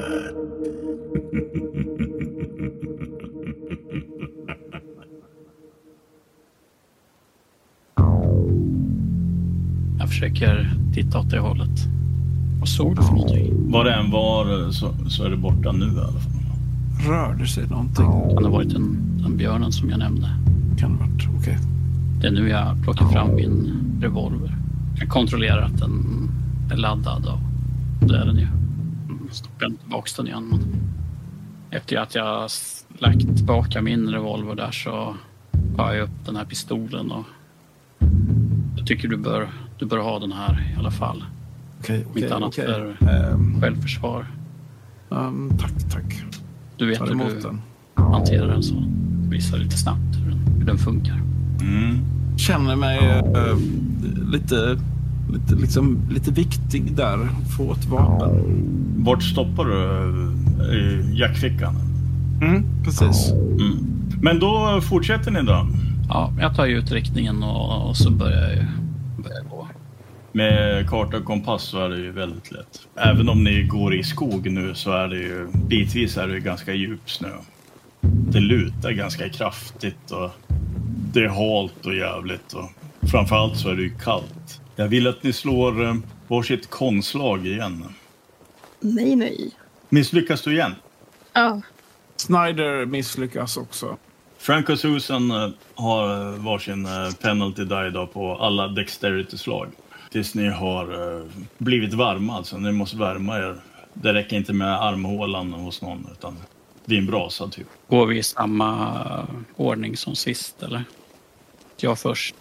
Skräckblandat. Jag försöker titta åt det hållet. Vad såg du för någonting? Vad det än var så, så är det borta nu i alla fall. Rörde sig någonting? Kan det ha varit den, den björnen som jag nämnde? Kan det ha varit. Okej. Det är nu jag plockar fram min revolver. Jag kontrollerar att den är laddad och det är den ju. Mm, Stoppar inte tillbaka den igen. Men efter att jag s- lagt tillbaka min revolver där så har jag upp den här pistolen och jag tycker du bör, du bör ha den här i alla fall. Okej, Om inte okej, annat okej. för Ehm, självförsvar. ehm, Tack, tack. Du vet Tar hur du emot den. hanterar den så. Visa lite snabbt hur den, hur den funkar. Mm. Känner mig eh, lite, lite, liksom, lite viktig där. Få ett vapen. Vart stoppar du? eh, I jackfickan? Mm, precis. Mm. Men då fortsätter ni då Ja, jag tar ju ut riktningen och, och så börjar jag, ju- börjar jag gå. med karta och kompass så är det ju väldigt lätt. Även om ni går i skog nu så är det ju bitvis är det ju ganska djup snö. Det lutar ganska kraftigt och det är halt och jävligt och framförallt så är det ju kallt. Jag vill att ni slår eh, varsitt konstlag igen. Nej, nej. Misslyckas du igen? Ja, Snyder misslyckas också. Frank och Susan eh, har eh, varsin eh, penalty die idag på alla dexterity-slag. Tills ni har eh, blivit varma alltså. Ni måste värma er. Det räcker inte med armhålan hos någon utan det är en brasa typ. Går vi i samma ordning som sist eller? Jag först.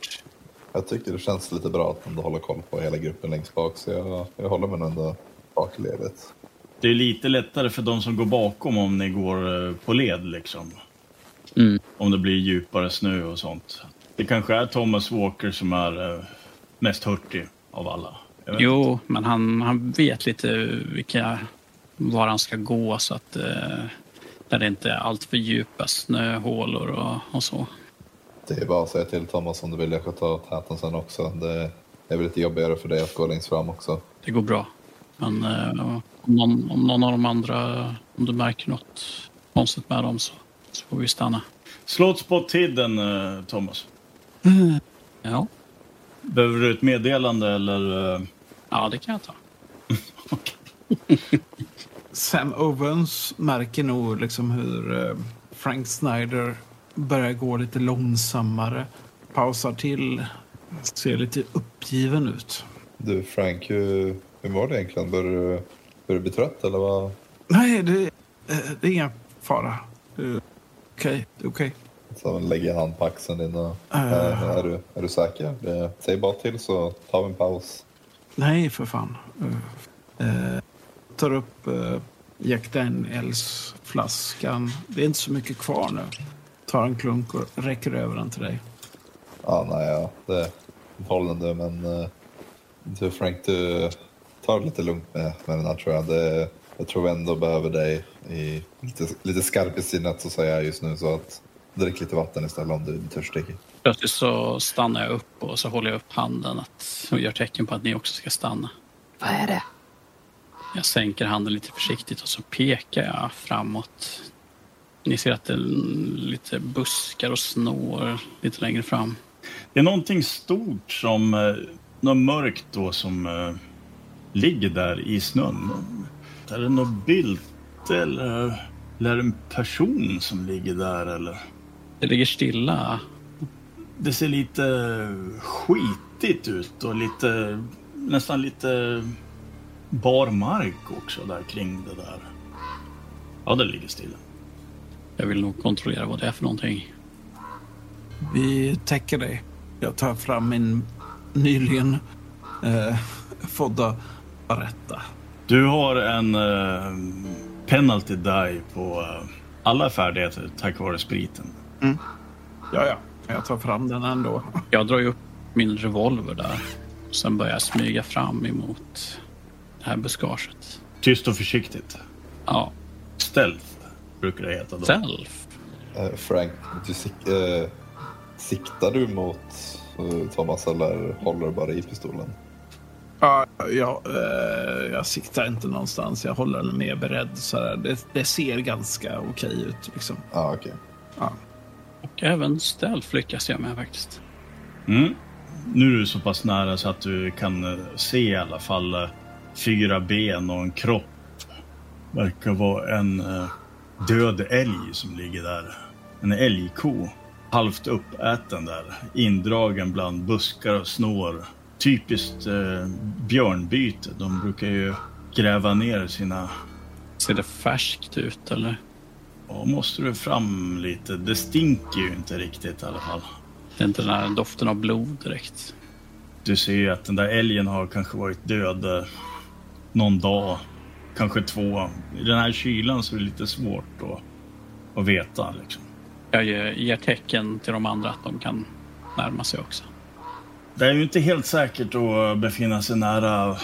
Jag tycker det känns lite bra att ändå hålla koll på hela gruppen längst bak, så jag, jag håller mig nog ändå bak i ledet. Det är lite lättare för de som går bakom om ni går eh, på led liksom. Mm. Om det blir djupare snö och sånt. Det kanske är Thomas Walker som är eh, mest hurtig av alla. Jag vet Jo, men han, han vet lite vilka, var han ska gå så att eh, där det inte är allt för djupa snöhålor och, och så. Det är bara att säga till Thomas om du vill jag ska ta täten sen också. Det är väl lite jobbigare för dig att gå längst fram också. Det går bra. Men eh, om, någon, om någon av de andra, om du märker något konstigt med dem så, så får vi stanna. Slå ett spot hidden, eh, Thomas. Ja, Behöver du ett meddelande eller? eh, ja det kan jag ta. Sam Owens märker nog liksom hur eh, Frank Snyder börjar gå lite långsammare. Pausar till. Ser lite uppgiven ut. Du Frank, hur, hur mår du egentligen? Börjar du, börjar du bli trött eller vad? Nej, det, eh, det är ingen fara. Det- Okej, det är okej. Så han lägger hand på axeln din och... Eh. Är, är, du, är du säker? Det, säg bara till så tar vi en paus. Nej, för fan. Eh, eh, tar upp eh, Jack Daniels-flaskan. Det är inte så mycket kvar nu. Tar en klunk och räcker över den till dig. Ja, nej, ja. Det håller du, men... eh, Du Frank, du tar det lite lugnt med, med den här tror jag. Det, jag tror vi ändå behöver dig i, lite, lite skarp i sinnet så säger jag just nu. Så att drick lite vatten istället om du är törstig. Plötsligt så stannar jag upp och så håller jag upp handen att, och gör tecken på att ni också ska stanna. vad är det? Jag sänker handen lite försiktigt och så pekar jag framåt. Ni ser att det är lite buskar och snår lite längre fram. Det är någonting stort som, eh, något mörkt då som eh, ligger där i snön. Är det något bylte eller, eller är det en person som ligger där eller? Det ligger stilla. Det ser lite skitigt ut och lite, nästan lite bar mark också där kring det där. Ja, det ligger stilla. Jag vill nog kontrollera vad det är för någonting. Vi täcker dig. Jag tar fram min nyligen eh, fådda baretta. Du har en eh, penalty die på eh, alla färdigheter tack vare spriten. Ja, ja. Jag tar fram den ändå. Jag drar ju upp min revolver där. Sen börjar jag smyga fram emot det här buskaget. Tyst och försiktigt. Ja, Stealth brukar det heta då. self. Eh, Frank, du sik- eh, siktar du mot eh, Thomas eller håller du bara i pistolen? Ja, jag, eh, jag siktar inte någonstans. Jag håller den mer beredd. Så här. Det, det ser ganska okej ut. Liksom. Ja, ah, okej. Och även stealth lyckas jag med faktiskt. Mm. Nu är du så pass nära så att du kan eh, se i alla fall eh, fyra ben och en kropp. Verkar vara en eh, död älg som ligger där. En älgko. Halvt uppäten där. Indragen bland buskar och snår. Typiskt eh, björnbyte. De brukar ju gräva ner sina... Ser det färskt ut eller? Ja, måste du fram lite. Det stinker ju inte riktigt i alla fall. Det är inte den här doften av blod direkt. Du ser ju att den där älgen har kanske varit död eh, någon dag, kanske två. I den här kylan så är det lite svårt att, att veta. Liksom. Jag ger, ger tecken till de andra att de kan närma sig också. Det är ju inte helt säkert att befinna sig nära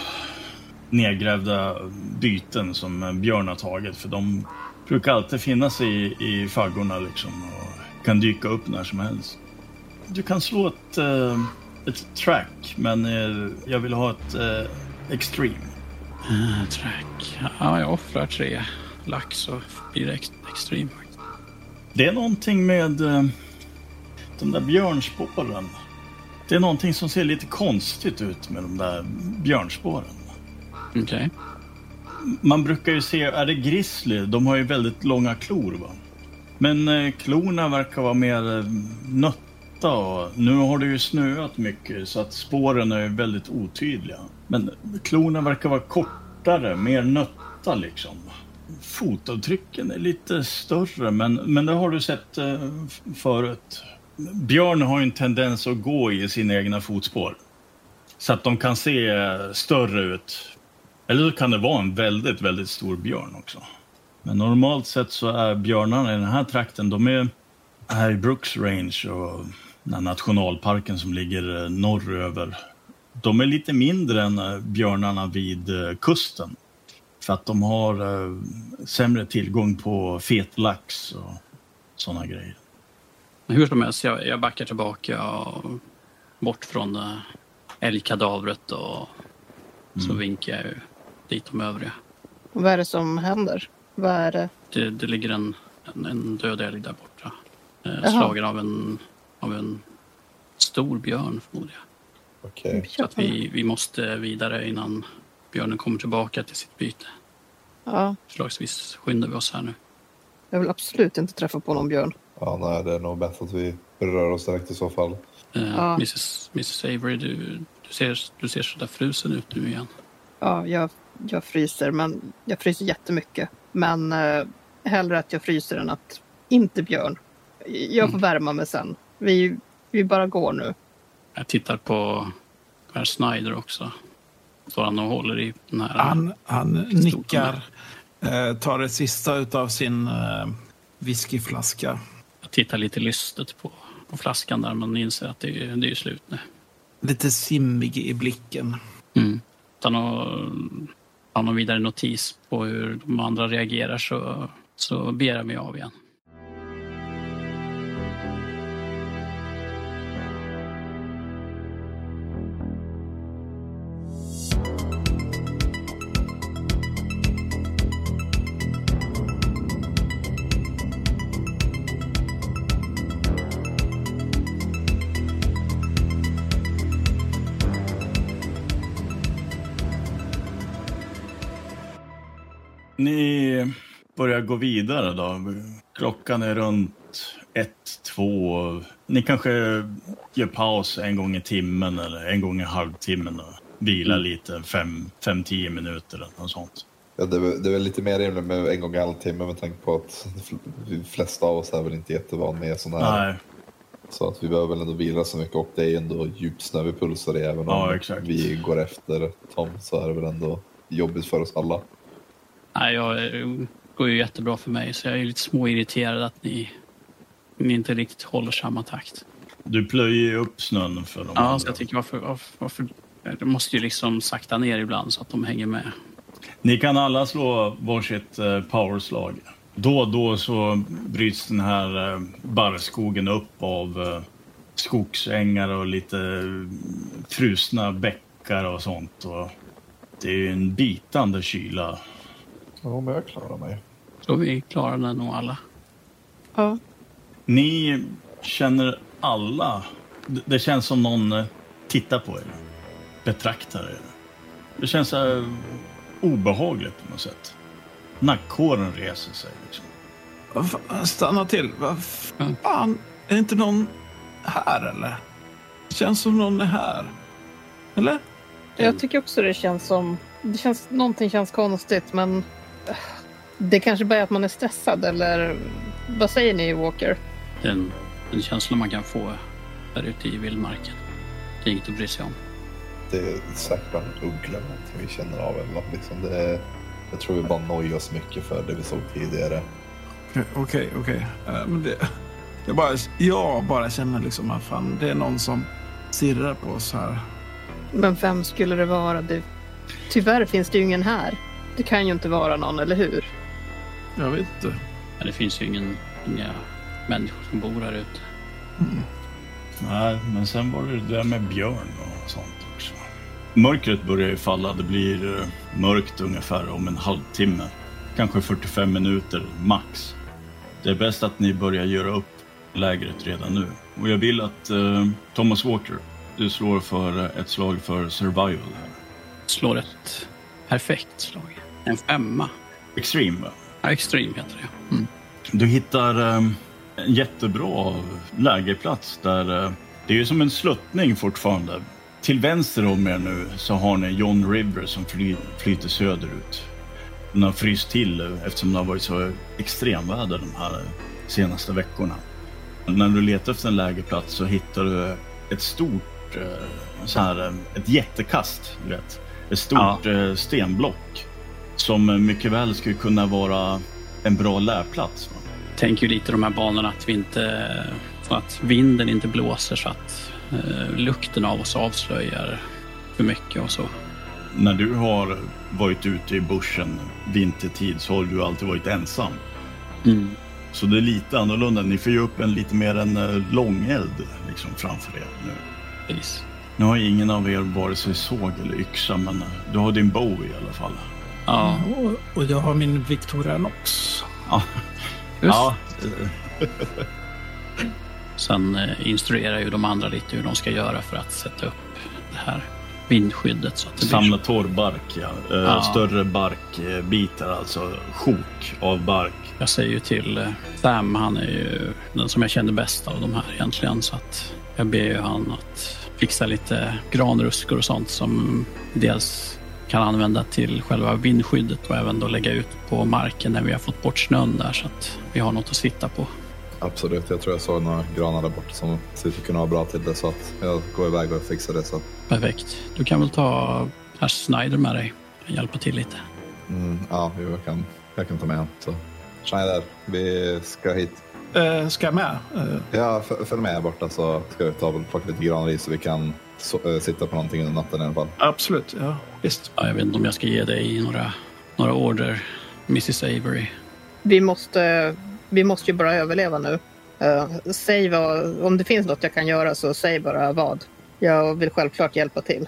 nedgrävda byten som en björn har tagit för de brukar alltid finnas i, i faggorna liksom och kan dyka upp när som helst. Du kan slå ett, eh, ett track men eh, jag vill ha ett eh, extreme. Eh, Track. Ja, jag offrar tre lax och blir ex- extrem. Det är någonting med eh, de där björnspåren. Det är någonting som ser lite konstigt ut med de där björnspåren. Okej. Man brukar ju se, är det grizzly? De har ju väldigt långa klor. Va? Men eh, klorna verkar vara mer eh, nötta. Och nu har det ju snöat mycket så att spåren är väldigt otydliga. Men klorna verkar vara kortare, mer nötta liksom. Fotavtrycken är lite större, men, men det har du sett eh, f- förut. Björn har ju en tendens att gå i sina egna fotspår. Så att de kan se eh, större ut eller så kan det vara en väldigt, väldigt stor björn också. Men normalt sett så är björnarna i den här trakten, de är här i Brooks Range och den här nationalparken som ligger eh, norröver. De är lite mindre än eh, björnarna vid eh, kusten. För att de har eh, sämre tillgång på fet lax och sådana grejer. Men Hur som helst, jag, jag backar tillbaka och bort från eh, älgkadavret och så vinkar jag ju dit de övriga. Vad är det som händer? Vad är det? Det, det ligger en, en, en död älg där borta. Eh, Jaha. slagen av en, av en stor björn förmodar jag. Okej. Så att vi, vi måste vidare innan björnen kommer tillbaka till sitt byte. Ja, Förslagsvis skyndar vi oss här nu. jag vill absolut inte träffa på någon björn. Ja, nej, det är nog bäst att vi rör oss direkt i så fall. Eh, Ja. Mrs, Mrs Avery, du, du, ser, du ser så där frusen ut nu igen. Ja, jag, jag fryser, men jag fryser jättemycket. Men eh, hellre att jag fryser än att inte björn. Jag får värma mig sen. Vi, vi bara går nu. Jag tittar på Per Snyder också. Står han och håller i den här... Han, han nickar, eh, tar det sista av sin eh, whiskyflaska. Jag tittar lite lystet på, på flaskan där men inser att det, är- det är ju slut nu. Lite simmig i blicken. Mm. Utan att ta någon vidare notis på hur de andra reagerar så, så ber jag mig av igen. Ni börjar gå vidare då. Klockan är runt ett, två. Ni kanske gör paus en gång i timmen eller en gång i halvtimmen och vilar lite, fem, fem, tio minuter eller något sånt. Ja, det, är väl- det är väl lite mer rimligt med en gång i halvtimme med tanke på att de fl- de flesta av oss är väl inte jättevan med sådana här. Nej, Så att vi behöver väl ändå vila så mycket och det är ju ändå djup snö vi pulsar i även om Ja, exakt. vi går efter Tom så är det väl ändå jobbigt för oss alla. Nej, jag eh, går ju jättebra för mig så jag är lite småirriterad att ni, ni inte riktigt håller samma takt. du plöjer ju upp snön för dem. Ja, andra. så jag tänker varför, varför, varför Du måste ju liksom sakta ner ibland så att de hänger med. Ni kan alla slå varsitt eh, powerslag. Då och då så bryts den här eh, barrskogen upp av eh, skogsängar och lite eh, frusna bäckar och sånt. Och det är ju en bitande kyla. Ja, men jag klarar mig. Så vi klarar det nog alla. Ja. Ni känner alla... Det det känns som någon eh, tittar på er, betraktar er. Det känns eh, obehagligt på något sätt. Nackhåren reser sig. Liksom. Vad fan, Stanna till. Vad fan, är det inte någon här eller? Känns som någon är här. Eller? Jag tycker också det känns som... Det känns, någonting känns konstigt, men... eh, Det kanske bara är att man är stressad, eller... Vad säger ni, Walker? Det är en, en känsla man kan få där ute i vildmarken. Det är inget att bry sig om. Det är säkert bara en uggla eller någonting vi känner av. Eller vad, liksom det är, jag tror vi bara nojar oss mycket för det vi såg tidigare. Okej, okej. okej. Eh, men det- Jag, bara, jag bara känner liksom att fan, det är någon som stirrar på oss här. Men vem skulle det vara? Det, tyvärr finns det ju ingen här. Det kan ju inte vara någon, eller hur? Jag vet inte. Men det finns ju ingen, inga människor som bor här ute. Nej, men sen var det det där med björn och sånt också. Mörkret börjar ju falla. Det blir eh, mörkt ungefär om en halvtimme. Kanske 45 minuter max. Det är bäst att ni börjar göra upp lägret redan nu. Och jag vill att eh, Thomas Walker, du slår för eh, ett slag för survival. här. Slår ett perfekt slag. En femma. Extreme. va? Ja, extreme heter det. Mm. Du hittar eh, en jättebra lägerplats där eh, det är ju som en sluttning fortfarande. Till vänster om er nu så har ni John River som fly, flyter söderut. Den har fryst till eh, eftersom det har varit så extremväder de här senaste veckorna. När du letar efter en lägerplats så hittar du ett stort, eh, så här, eh, ett jättekast, du vet. Ett stort eh, stenblock som eh, mycket väl skulle kunna vara en bra lärplats. Va? Tänker ju lite de här banorna att vi inte... Att vinden inte blåser så att eh, lukten av oss avslöjar för mycket och så. När du har varit ute i bushen vintertid så har du alltid varit ensam. Mm. Så det är lite annorlunda. Ni får ju upp en lite mer en eh, långeld liksom, framför er nu. Precis. Nu har ju ingen av er vare sig såg eller yxa, men eh, du har din bow i alla fall. Ja, Mm. Och, och jag har min Victoria Nox. Ja, just. ja eh, Sen eh, instruerar ju de andra lite hur de ska göra för att sätta upp det här vindskyddet. Så att det blir samla torrbark, ja. Eh, Ja. Större barkbitar, alltså sjok av bark. Jag säger ju till eh, Sam, han är ju den som jag känner bäst av de här egentligen. Så att jag ber ju han att fixa lite granruskor och sånt som dels kan använda till själva vindskyddet och även då lägga ut på marken när vi har fått bort snön där så att vi har något att sitta på. Absolut, jag tror jag såg några granar där borta som skulle kunna vara bra till det. Så att jag går iväg och fixar det. Så att, Perfekt. Du kan väl ta Ash Snyder med dig? Kan hjälpa till lite. mm, ja, jo, jag kan, jag kan ta med honom. Så. Schneider, vi ska hit. Eh, ska jag med? Eh, Ja, f- följ med här borta så ska vi ta och plocka lite granar i så vi kan so- eh, sitta på någonting under natten i alla fall. absolut, ja. Visst. Ja, jag vet inte om jag ska ge dig några, några order, Mrs Avery. Vi måste, vi måste ju bara överleva nu. Eh, säg vad, om det finns något jag kan göra så säg bara vad. Jag vill självklart hjälpa till.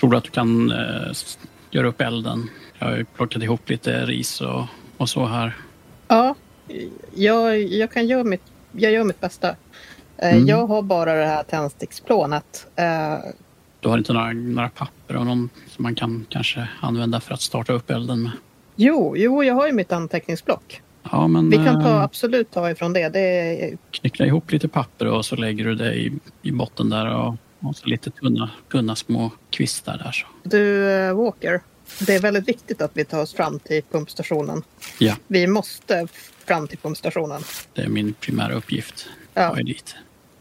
Tror du att du kan eh, s- göra upp elden? Jag har ju plockat ihop lite ris och, och så här. Ja, jag, jag kan göra mitt, jag gör mitt bästa. Eh, Jag har bara det här tändsticksplånet. Eh, Du har inte några, några papper och någon som man kan kanske använda för att starta upp elden med? jo, jo, jag har ju mitt anteckningsblock. Ja, men Vi kan ta, eh, absolut ta ifrån det. det är, knyckla ihop lite papper och så lägger du det i, i botten där och, och så lite tunna, tunna små kvistar där. Så. du, eh, Walker, det är väldigt viktigt att vi tar oss fram till pumpstationen. Ja, Vi måste fram till pumpstationen. det är min primära uppgift. Ja. Jag är dit.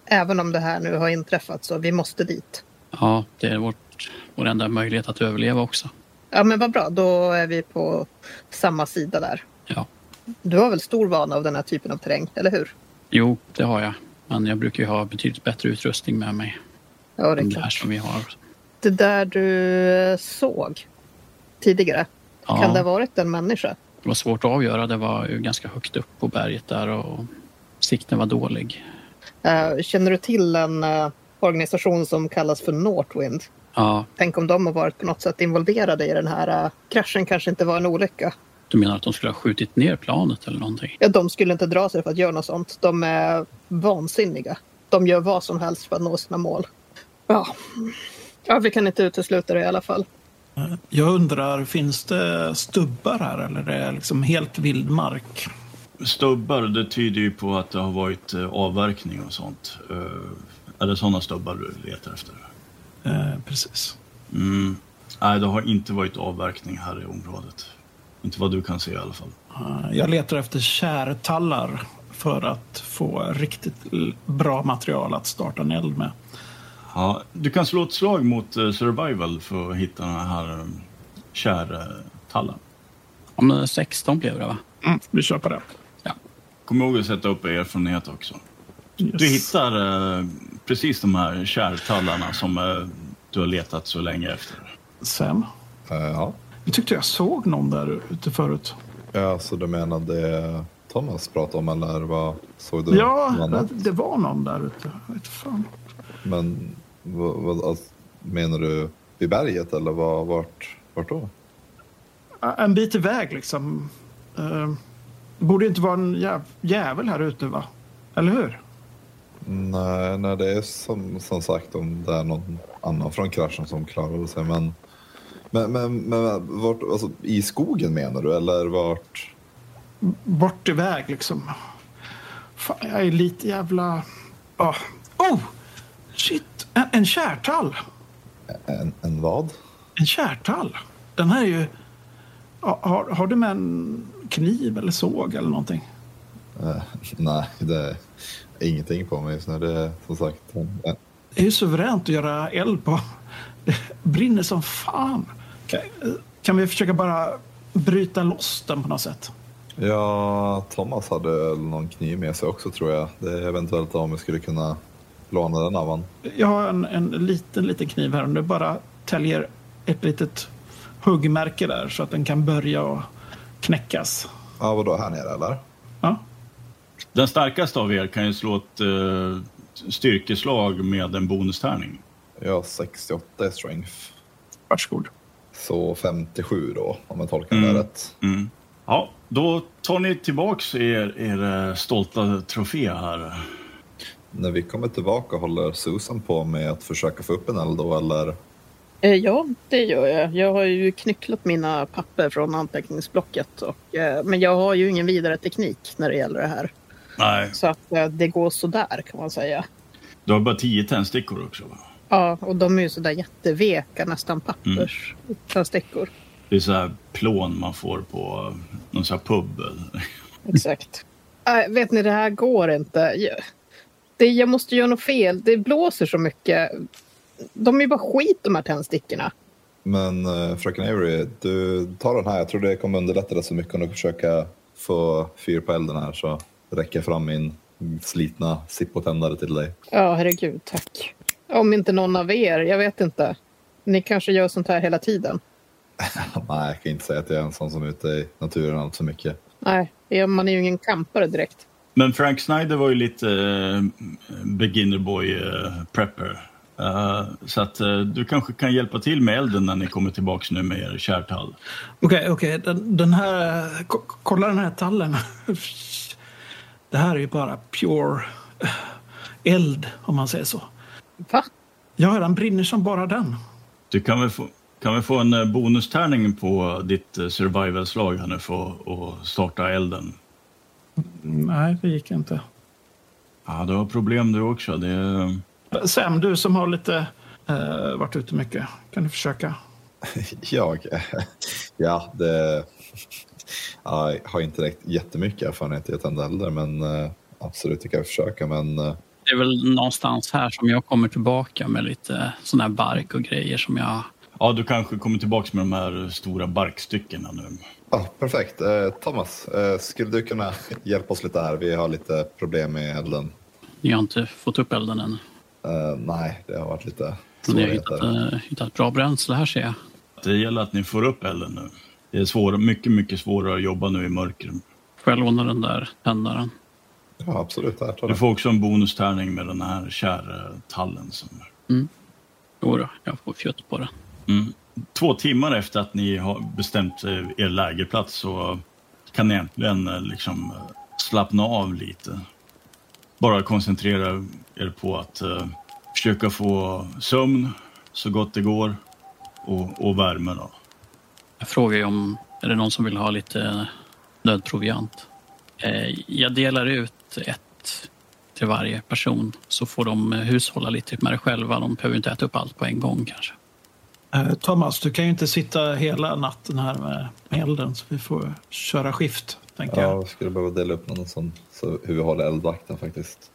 Även om det här nu har inträffat så vi måste dit. Ja, det är vårt, vår enda möjlighet att överleva också. Ja men vad bra, då är vi på samma sida där. Ja. Du har väl stor vana av den här typen av terräng, eller hur? Jo, det har jag. Men jag brukar ju ha betydligt bättre utrustning med mig. Ja, det Det är här klart. som vi har. Det där du eh, såg tidigare, Ja. kan det ha varit en människa? Det var svårt att avgöra. Det var ju ganska högt upp på berget där och sikten var dålig. Eh, känner du till en eh, organisation som kallas för Northwind? Ja, Tänk om de har varit på något sätt involverade i den här eh, kraschen, kanske inte var en olycka. du menar att de skulle ha skjutit ner planet eller någonting? Ja, de skulle inte dra sig för att göra något sånt. De är vansinniga. De gör vad som helst för att nå sina mål. Ja, ja vi kan inte utesluta det i alla fall. Jag undrar, finns det stubbar här eller är det liksom helt vild mark? Stubbar, det tyder ju på att det har varit eh, avverkning och sånt. Eh, Är det sådana stubbar du letar efter? Eh, precis. Mm. Nej, det har inte varit avverkning här i området. Inte vad du kan se i alla fall. Eh, jag letar efter kärtallar för att få riktigt l- bra material att starta en eld med. Ja, du kan slå ett slag mot eh, survival för att hitta den här eh, kärtallen. Ja, men 16 blev det va? Mm, Vi kör på det. Kom ihåg att sätta upp erfarenhet också. Du Yes. hittar eh, precis de här kärtallarna som eh, du har letat så länge efter. Sam, Eh, ja. jag tyckte jag såg någon där ute förut. ja, så du menar det Thomas pratade om eller vad såg du? Ja, något annat? det, det var någon där ute. Jag vet fan. Men vad, vad, alltså, menar du vid berget eller vad, vart, vart då? Eh, En bit iväg liksom. Eh, det borde inte vara en jäv- jävel här ute va? Eller hur? Nej, Eh, nej det är som, som sagt om det är någon annan från kraschen som klarade sig. Men, men, men, men vart, alltså, i skogen menar du eller vart? bort iväg liksom. Fan, jag är lite jävla... Ah. Oh! Shit! En, en kärtall! En, en vad? En kärtall! Den här är ju... Ja, Har, har du med en kniv eller såg eller någonting? Eh, nej, det är ingenting på mig just nu. Det är som sagt en, Det är ju suveränt att göra eld på. Det brinner som fan. Kan, eh, kan vi försöka bara bryta loss den på något sätt? Ja, Thomas hade väl någon kniv med sig också tror jag. Det är eventuellt om vi skulle kunna låna den av honom. Jag har en, en liten, liten kniv här. Om du bara täljer ett litet huggmärke där så att den kan börja och knäckas. Ja, vadå, här nere eller? Ja, Den starkaste av er kan ju slå ett eh, styrkeslag med en bonustärning. Jag har 68 i strength. varsågod. Så 57 då, om jag tolkar det Mm. rätt. Mm. Ja, då tar ni tillbaks er, er eh, stolta trofé här. När vi kommer tillbaka håller Susan på med att försöka få upp en eld då eller? Eh, Ja, det gör jag. Jag har ju knycklat mina papper från anteckningsblocket. Och, eh, men jag har ju ingen vidare teknik när det gäller det här. Nej. Så att eh, det går sådär kan man säga. Du har bara tio tändstickor också va? Ja, och de är ju sådär jätteveka, nästan pappers tändstickor. Det är så här plån man får på eh, någon så här pub. Exakt. Nej, Äh, vet ni, det här går inte. Jag- Det, jag måste göra något fel. Det blåser så mycket. De är ju bara skit de här tändstickorna. Men eh, fröken Avery, du tar den här. Jag tror det kommer underlätta det så mycket om du försöker få fyr på elden här så räcker jag fram min slitna sippotändare till dig. Ja, herregud, tack. Om inte någon av er, jag vet inte. Ni kanske gör sånt här hela tiden? Nej, jag kan inte säga att jag är en sån som är ute i naturen allt för mycket. Nej, är- man är ju ingen kampare direkt. Men Frank Snyder var ju lite eh, beginner boy eh, prepper. Eh, så att eh, du kanske kan hjälpa till med elden när ni kommer tillbaks nu med er kärtall. Okej, okej. Den, den här... ko- Kolla den här tallen. Det här är ju bara pure eh, eld, om man säger så. Va? Ja, den brinner som bara den. Du kan väl få, kan väl få en eh, bonustärning på ditt eh, survival-slag här nu för att- att starta elden. Nej, det gick inte. Ja, du har problem du också. Det är... eh, Sam, du som har lite... Eh, varit ute mycket. Kan du försöka? Jag? Ja, det... Ja, Jag har inte direkt jättemycket erfarenhet i att tända eldar, men eh, absolut, det kan jag försöka. Men eh, Det är väl någonstans här som jag kommer tillbaka med lite sån här bark och grejer som jag... Ja, du kanske kommer tillbaks med de här stora barkstyckena nu. ja, perfekt. Eh, Thomas, eh, skulle du kunna hjälpa oss lite här? Vi har lite problem med elden. Ni har inte fått upp elden än. Eh, Nej, det har varit lite Men ni har Så hittat, heter eh, hittat bra bränsle här ser jag. Det gäller att ni får upp elden nu. Det är svår, mycket, mycket svårare att jobba nu i mörker. Får jag låna den där tändaren? Ja, absolut. Här, tar Du den. får också en bonustärning med den här kärtallen. Som... Jo då, jag får fjutt på den. Mm. Två timmar efter att ni har bestämt eh, er lägerplats så kan ni äntligen eh, liksom eh, slappna av lite. Bara koncentrera er på att eh, försöka få sömn så gott det går och, och värme. Då. Jag frågar ju om, är det någon som vill ha lite nödproviant? Eh, Jag delar ut ett till varje person så får de eh, hushålla lite med det själva. De behöver inte äta upp allt på en gång kanske. Eh, Thomas, du kan ju inte sitta hela natten här med med elden så vi får köra skift, tänker Ja, jag. vi skulle behöva dela upp någon sån, så hur vi håller eldvakten faktiskt.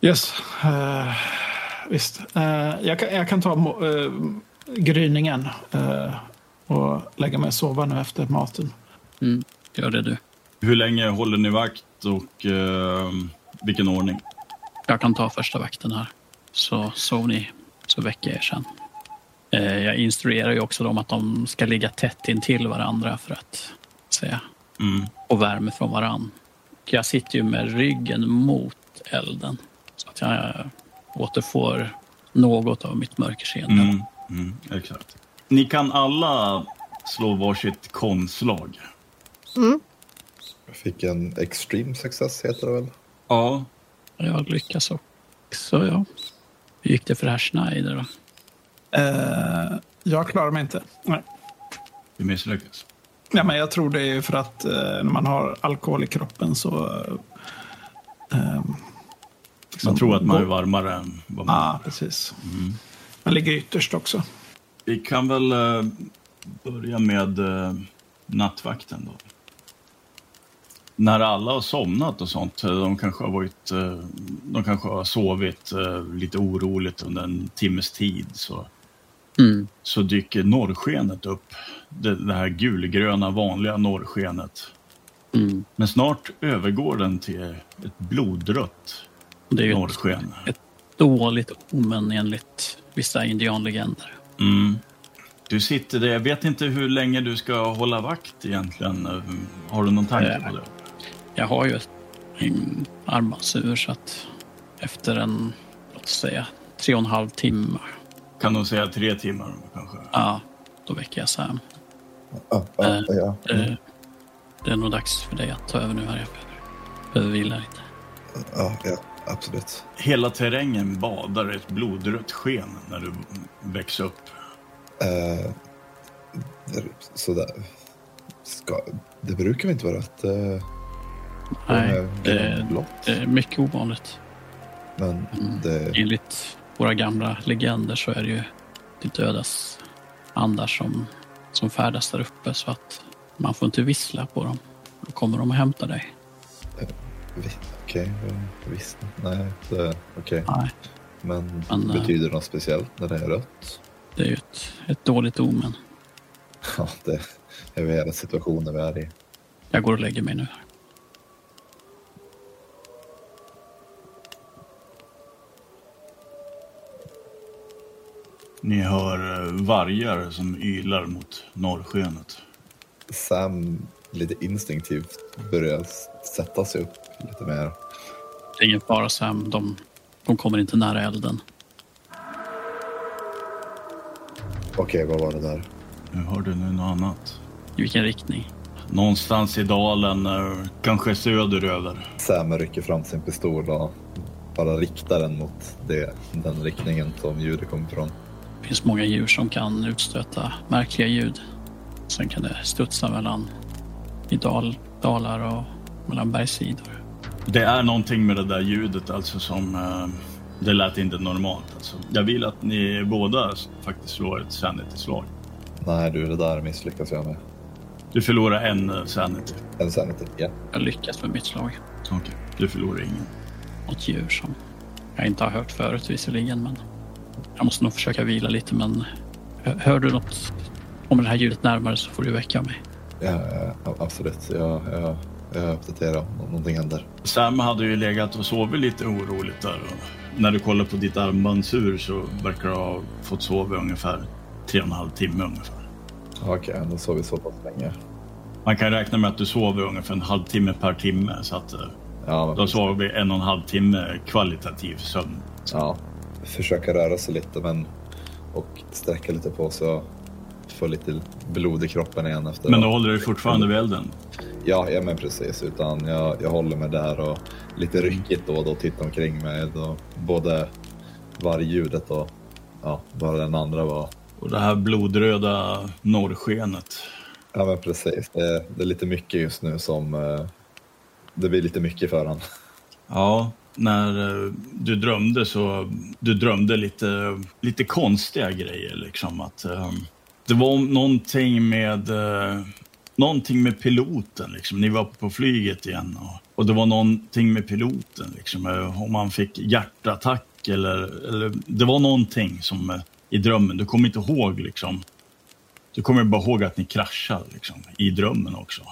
Yes. eh, visst. Eh, jag, kan, jag kan ta mo- eh, gryningen eh, och lägga mig och sova nu efter maten. Gör det du. Hur länge håller ni vakt och eh, vilken ordning? Jag kan ta första vakten här. Så sov ni, så väcker jag er sen. Eh, Jag instruerar ju också dem att de ska ligga tätt in till varandra för att säga, Mm. och värme från varann. Och Jag sitter ju med ryggen mot elden så att jag eh, återfår något av mitt mörkerseende. Mm. Mm. Exakt. Ni kan alla slå varsitt konstlag. Jag fick en extreme success, heter det väl? Ja. Jag lyckas också, ja. Hur gick det för herr Schneider då? Eh, jag klarar mig inte. Nej. Du misslyckas. Ja, men jag tror det är ju för att eh, när man har alkohol i kroppen så... Eh, ehm, liksom- Man tror att man är varmare än vad man Ja, precis. Man ligger ytterst också. Vi kan väl eh, börja med eh, nattvakten då. När alla har somnat och sånt, eh, de kanske har, varit, eh, de kanske har sovit eh, lite oroligt under en timmes tid, så, Mm. så dyker norrskenet upp. Det, det här gulgröna vanliga norrskenet. Mm. Men snart övergår den till ett blodrött Det är ju ett norrsken. dåligt omen enligt vissa indianlegender. Mm. Du sitter där. Jag vet inte hur länge du ska hålla vakt egentligen. Har du någon tanke på det? Jag har ju ett- en armbandsur så att efter en, låt säga, tre och en halv timme, Kan nog säga tre timmar kanske. ja, då väcker jag Sam. Ja, ja, ja. Eh, Det är nog dags för dig att ta över nu här. Jag behöver- behöver vila lite. ja, ja absolut. Hela terrängen badar i ett blodrött sken när du växer upp. Eh, det- sådär. Ska, det brukar väl inte vara rött? eh, Nej, med det Mm. är, grönblått, det är mycket ovanligt. Men det... Enligt våra gamla legender så är det ju de dödas andar som, som färdas där uppe så att man får inte vissla på dem. Då kommer de och hämtar dig. vi- Okej, eh, visst. Nej, det- okej. Nej, Men, Men, eh, betyder det något speciellt när det är rött? det är ju ett, ett dåligt omen. Ja, det är väl hela situationen vi är i. Jag går och lägger mig nu. Ni hör eh, vargar som ylar mot norrskenet. Sam lite instinktivt börjar sätta sig upp lite mer. Det är ingen fara Sam, de, de kommer inte nära elden. Okej, vad var det där? Nu hör du nu något annat. I vilken riktning? Någonstans i dalen, eh, kanske söderöver. Sam rycker fram sin pistol och bara riktar den mot det, den riktningen som ljudet kommer från. Det finns många djur som kan utstöta märkliga ljud. Sen kan det studsa mellan i dal, dalar och mellan bergssidor. Det är någonting med det där ljudet alltså som... Eh, det lät inte normalt alltså. Jag vill att ni båda faktiskt slår ett sanity-slag. Nej du, det där misslyckas jag med. Du förlorar en eh, sanity. En sanity, ja. Jag lyckas med mitt slag Okej. Du förlorar ingen. mot djur som jag inte har hört förut visserligen. Men jag måste nog försöka vila lite men hör- hör du något om det här ljudet närmare så får du väcka mig. ja, ja, ja absolut. Jag, jag eh, uppdatera om någonting händer. Sam hade ju legat och sovit lite oroligt där. Och när du kollar på ditt armbandsur så verkar du ha fått sova i ungefär tre och en halv timme ungefär. Okej, okay, då sov vi så pass länge. Man kan räkna med att du sover ungefär en halvtimme per timme så att eh, Ja, men- du har sovit en och en halv timme kvalitativ sömn. Ja. Försöka röra sig lite men, och sträcka lite på sig och få lite blod i kroppen igen efter. Men då håller du fortfarande vid elden. Ja, ja men precis. Utan jag, jag håller mig där och lite Mm. ryckigt då och då tittar omkring mig. Då, både vargljudet och ja, bara den andra var... Och det här blodröda norrskenet. Ja men precis. Det, det är lite mycket just nu som... eh, Det blir lite mycket för honom. Ja, när eh, du drömde så du drömde lite, lite konstiga grejer. Liksom, att, eh, det var om någonting med, eh, någonting med piloten. Liksom. Ni var på flyget igen och, och det var någonting med piloten. Liksom, eh, om man fick hjärtattack eller, eller... Det var någonting som eh, i drömmen. Du kommer inte ihåg. Liksom. Du kommer bara ihåg att ni kraschade liksom, i drömmen också.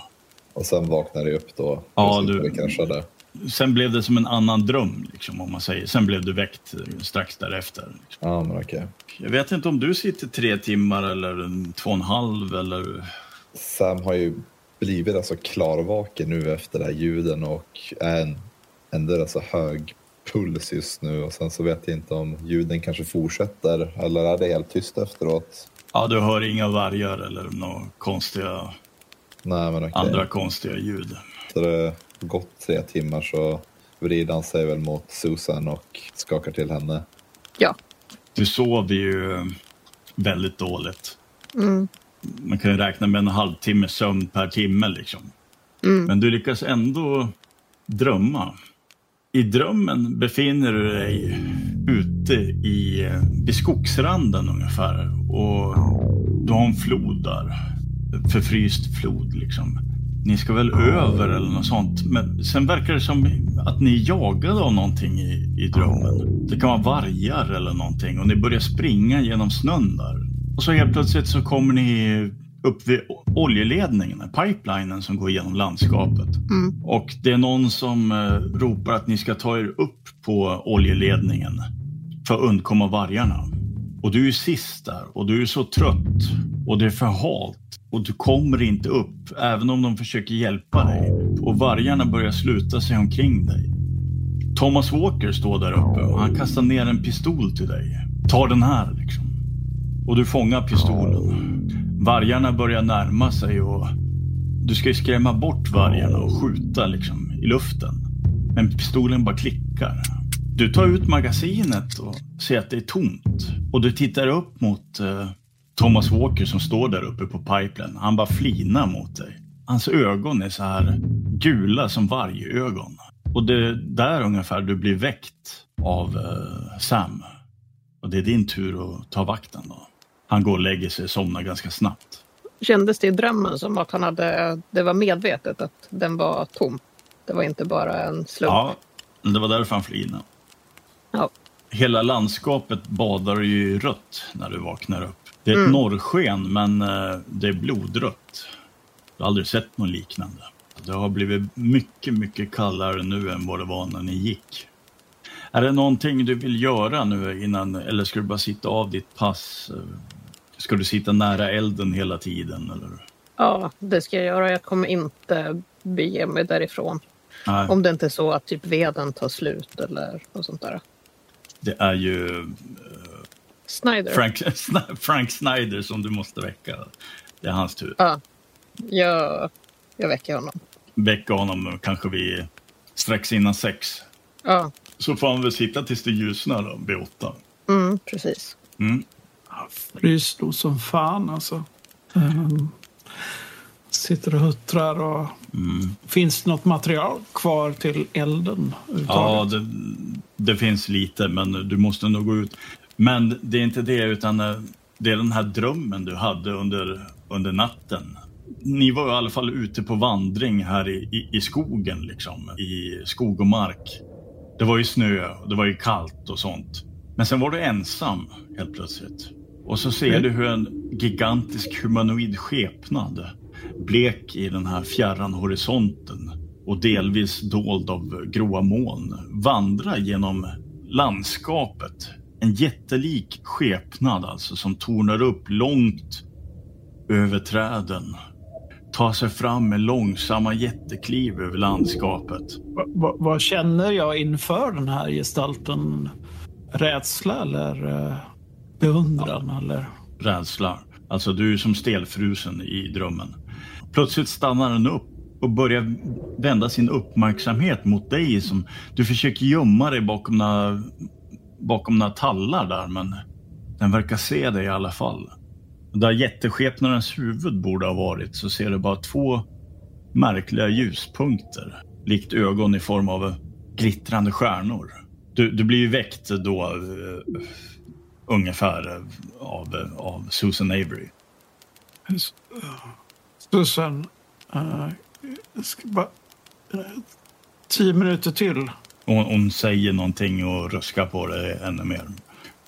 Och sen vaknar jag upp då. Ja, Precis du- när vi kraschade. Sen blev det som en annan dröm, liksom, om man säger. Sen blev du väckt eh, strax därefter. Liksom. Ja men okej. Jag vet inte om du sitter tre timmar eller en två och en halv eller... Sam har ju blivit alltså klarvaken nu efter det här ljuden och är en, ändå rätt så hög puls just nu och sen så vet jag inte om ljuden kanske fortsätter eller är det helt tyst efteråt. Ja, du hör inga vargar eller några konstiga, Nej men okej. andra konstiga ljud. Efter det gått tre timmar så vrider han sig väl mot Susan och skakar till henne. Ja. Du sover ju eh, väldigt dåligt. Mm. Man kan ju räkna med en halvtimme sömn per timme. Liksom. Men du lyckas ändå drömma. I drömmen befinner du dig ute i, eh, vid skogsranden ungefär. Och du har en flod där. Förfryst flod liksom. Ni ska väl över eller något sånt. Men sen verkar det som att ni är jagade av någonting i, i drömmen. Det kan vara vargar eller någonting. Och ni börjar springa genom snön där. Och så helt plötsligt så kommer ni upp vid oljeledningen, pipelinen som går genom landskapet. Mm. Och det är någon som eh, ropar att ni ska ta er upp på oljeledningen för att undkomma vargarna. Och du är sist där och du är så trött och det är för halt och du kommer inte upp även om de försöker hjälpa dig. Och vargarna börjar sluta sig omkring dig. Thomas Walker står där uppe och han kastar ner en pistol till dig. Ta den här liksom. Och du fångar pistolen. Vargarna börjar närma sig och du ska ju skrämma bort vargarna och skjuta liksom i luften. Men pistolen bara klickar. Du tar ut magasinet och ser att det är tomt. Och du tittar upp mot eh, Thomas Walker som står där uppe på pipeline. Han bara flinar mot dig. Hans ögon är så här gula som vargögon. Och det är där ungefär du blir väckt av eh, Sam. Och det är din tur att ta vakten då. Han går och lägger sig och somnar ganska snabbt. Kändes det i drömmen som att han hade, det var medvetet att den var tom? Det var inte bara en slump? Ja, det var därför han flinade. Ja. Hela landskapet badar ju i rött när du vaknar upp. Det är ett norrsken, men eh, det är blodrött. Jag har aldrig sett något liknande. Det har blivit mycket, mycket kallare nu än vad det var när ni gick. Är det någonting du vill göra nu innan, eller ska du bara sitta av ditt pass? Eh, Ska du sitta nära elden hela tiden? Eller? Ja, det ska jag göra. Jag kommer inte bege mig därifrån. Nej. Om det inte är så att typ veden tar slut eller något sånt där. Det är ju Snyder. Frank, Frank Snyder som du måste väcka. Det är hans tur. Ja, jag, jag väcker honom. väcka honom kanske vid strax innan sex. Ja, Så får han väl sitta tills det ljusnar då, vid åtta. mm, precis. Mm. Han frys nog som fan alltså. Ehm, sitter och huttrar och... Finns det något material kvar till elden? Ja, överhuvudtaget? det, det finns lite, men du måste nog gå ut. Men det är inte det, utan eh, det är den här drömmen du hade under, under natten. Ni var i alla fall ute på vandring här i, i, i skogen, liksom. i skog och mark. Det var ju snö, och det var ju kallt och sånt. Men sen var du ensam helt plötsligt. Och så ser du hur en gigantisk humanoid skepnad, blek i den här fjärran horisonten, och delvis dold av gråa moln, vandra genom landskapet. En jättelik skepnad alltså som tornar upp långt över träden. Ta sig fram med långsamma jättekliv över landskapet. Va, va, vad känner jag inför den här gestalten? Rädsla eller eh, beundran? Eller? rädsla. Alltså du är som stelfrusen i drömmen. Plötsligt stannar den upp och börjar vända sin uppmärksamhet mot dig. Som, du försöker gömma dig bakom några, bakom några tallar där, men den verkar se dig i alla fall. Där jätteskepnadens huvud borde ha varit så ser du bara två märkliga ljuspunkter. Likt ögon i form av glittrande stjärnor. Du, du blir ju väckt då eh, ungefär eh, av, eh, av Susan Avery. Susan, eh, jag ska bara... eh, Tio minuter till. Hon, hon säger någonting och ruskar på dig ännu mer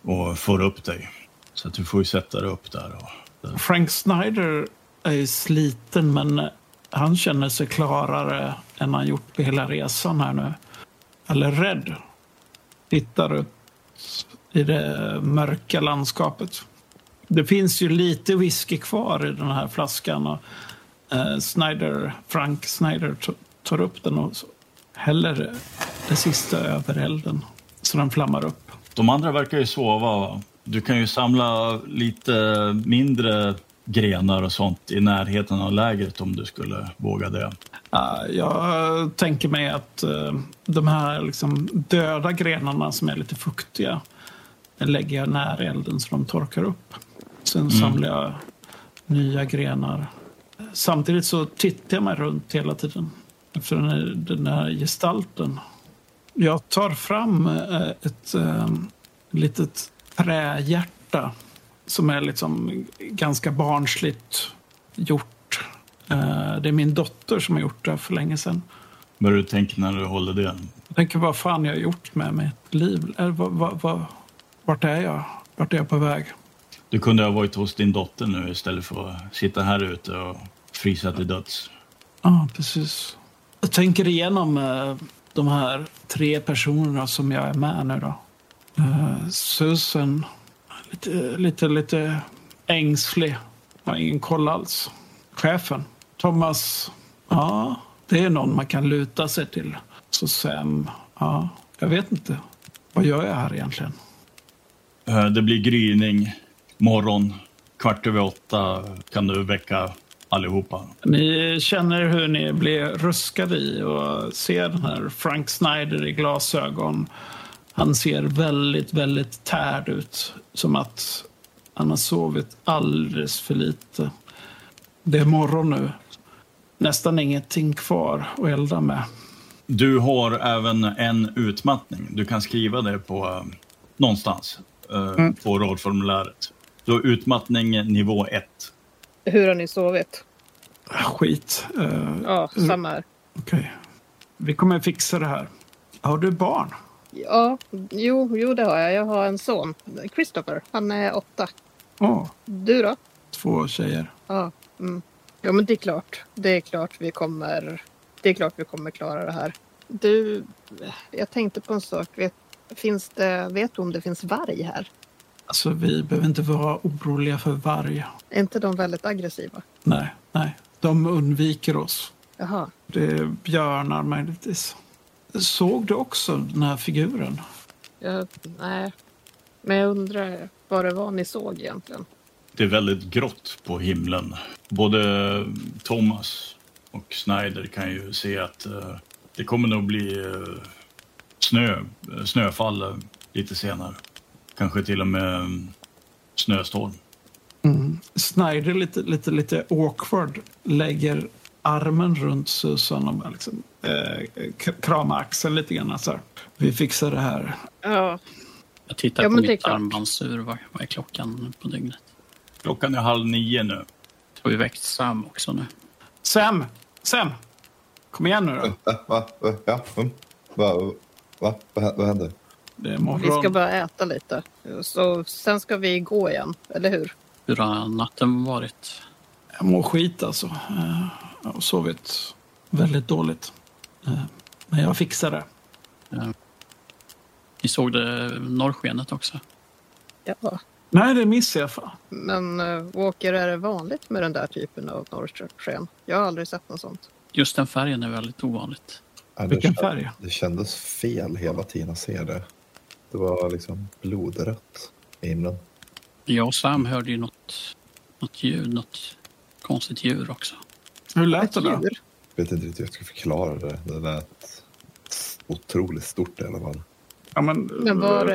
och får upp dig. Så att du får ju sätta dig upp där. Och, Frank Snyder är ju sliten, men han känner sig klarare än han gjort på hela resan här nu. Eller rädd. Tittar ut i det mörka landskapet. Det finns ju lite whisky kvar i den här flaskan. Och, eh, Snyder, Frank Snyder t- tar upp den och så häller det sista över elden så den flammar upp. de andra verkar ju sova. va? Du kan ju samla lite mindre grenar och sånt i närheten av lägret om du skulle våga det. Ja, jag tänker mig att eh, de här liksom döda grenarna som är lite fuktiga den lägger jag nära elden så de torkar upp. Sen samlar jag nya grenar. Samtidigt så tittar jag mig runt hela tiden efter den här, den här gestalten. Jag tar fram eh, ett eh, litet trähjärta som är liksom ganska barnsligt gjort. Eh, Det är min dotter som har gjort det för länge sedan. Vad du tänker när du håller det. Jag tänker vad fan jag har gjort med mitt liv. Eller, vad, vad, vad, vart är jag? Vart är jag på väg? Du kunde ha varit hos din dotter nu istället för att sitta här ute och frysa till döds. Ja, precis. Jag tänker igenom eh, de här tre personerna som jag är med nu då. Eh, Susan, lite, lite, lite ängslig. Har ingen koll alls. Chefen, Thomas. Ja, det är någon man kan luta sig till. Så Sam, ja, jag vet inte. Vad gör jag här egentligen? Eh, Det blir gryning, morgon, kvart över åtta kan du väcka allihopa. Ni känner hur ni blir ruskade i och ser den här Frank Snyder i glasögon. Han ser väldigt, väldigt tärd ut. Som att han har sovit alldeles för lite. Det är morgon nu. Nästan ingenting kvar att elda med. Du har även en utmattning. Du kan skriva det på eh, någonstans eh, på radformuläret. Du har utmattning nivå 1. Hur har ni sovit? Ah, Skit. Eh, Ja, samma här. Okej. Vi kommer fixa det här. Har du barn? Ja, jo, jo, det har jag. Jag har en son. Christopher. Han är åtta. Åh, Du då? två tjejer. Ja, mm. ja men det är klart. Det är klart vi kommer, det är klart vi kommer klara det här. Du, jag tänkte på en sak. Vet, finns det, vet du om det finns varg här? Alltså, vi behöver inte vara oroliga för varg. Är inte de väldigt aggressiva? Nej, nej. De undviker oss. Jaha. Det är björnar möjligtvis. Såg du också den här figuren? Jag, nej. Men jag undrar vad det var ni såg egentligen. Det är väldigt grått på himlen. Både Thomas och Snyder kan ju se att eh, det kommer nog bli eh, snö, eh, snöfall eh, lite senare. Kanske till och med eh, snöstorm. Snyder lite, lite, lite awkward lägger armen runt Susan och bara liksom, eh, k- kramar axeln lite grann. Så här. Vi fixar det här. Ja. Jag tittar Ja, på men det är mitt klart. armbandsur. Vad, vad är klockan på dygnet? Klockan är halv nio nu. Har vi väckt Sam också nu? Sam! Sam! Kom igen nu då. Va? Va? Va? Ja? Mm. Va? Va? Vad hä- vad händer? Det är Vi ska morgon. bara äta lite. Så sen ska vi gå igen, eller hur? Hur har natten varit? Jag mår skit alltså. Eh, Jag har sovit väldigt dåligt. Eh, Men jag fixar det. Ni såg det norrskenet också. Ja. Nej, det missar jag fan. Men eh, Walker, är det vanligt med den där typen av norrsken? Jag har aldrig sett något sånt. Just den färgen är väldigt ovanligt. Ja, det Vilken kän- färg? Det kändes fel hela tiden att se det. Det var liksom blodrött i himlen. Jag och Sam hörde ju något, något ljud, något konstigt djur också. Hur lät det Ett då? djur? Jag vet inte riktigt hur jag ska förklara det. Det lät otroligt stort i alla fall. Ja, men, Men var eh,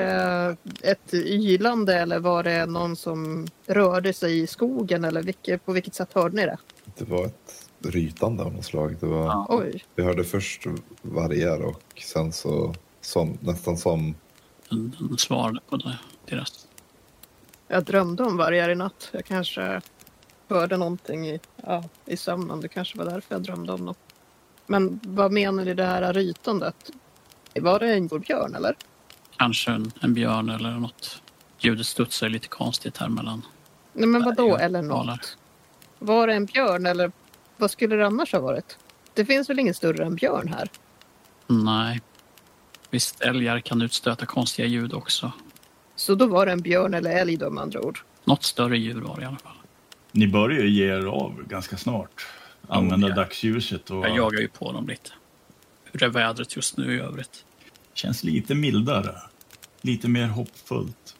det ett ylande eller var det någon som rörde sig i skogen eller vilket, på vilket sätt hörde ni det? Det var ett rytande av något slag. Det var... Ja. Oj, Vi hörde först vargar och sen så som, nästan som... Den, den svarade på det, deras... jag drömde om vargar i natt. Jag kanske hörde någonting i, ja, i sömnen. Det kanske var därför jag drömde om något. Men vad menar ni det här rytandet? Var det en björn eller? Kanske en, en björn eller något. Ljudet studsar lite konstigt här mellan. Nej men vadå jag eller talar. något? Var det en björn eller vad skulle det annars ha varit? Det finns väl ingen större än björn här? Nej. Visst, älgar kan utstöta konstiga ljud också. Så då var det en björn eller älg då med andra ord. Något större djur var det i alla fall. Ni börjar ju ge er av ganska snart. Använda Oh, ja. dagsljuset och Jag jagar ju på dem lite. Hur är vädret just nu i övrigt? känns lite mildare. Lite mer hoppfullt.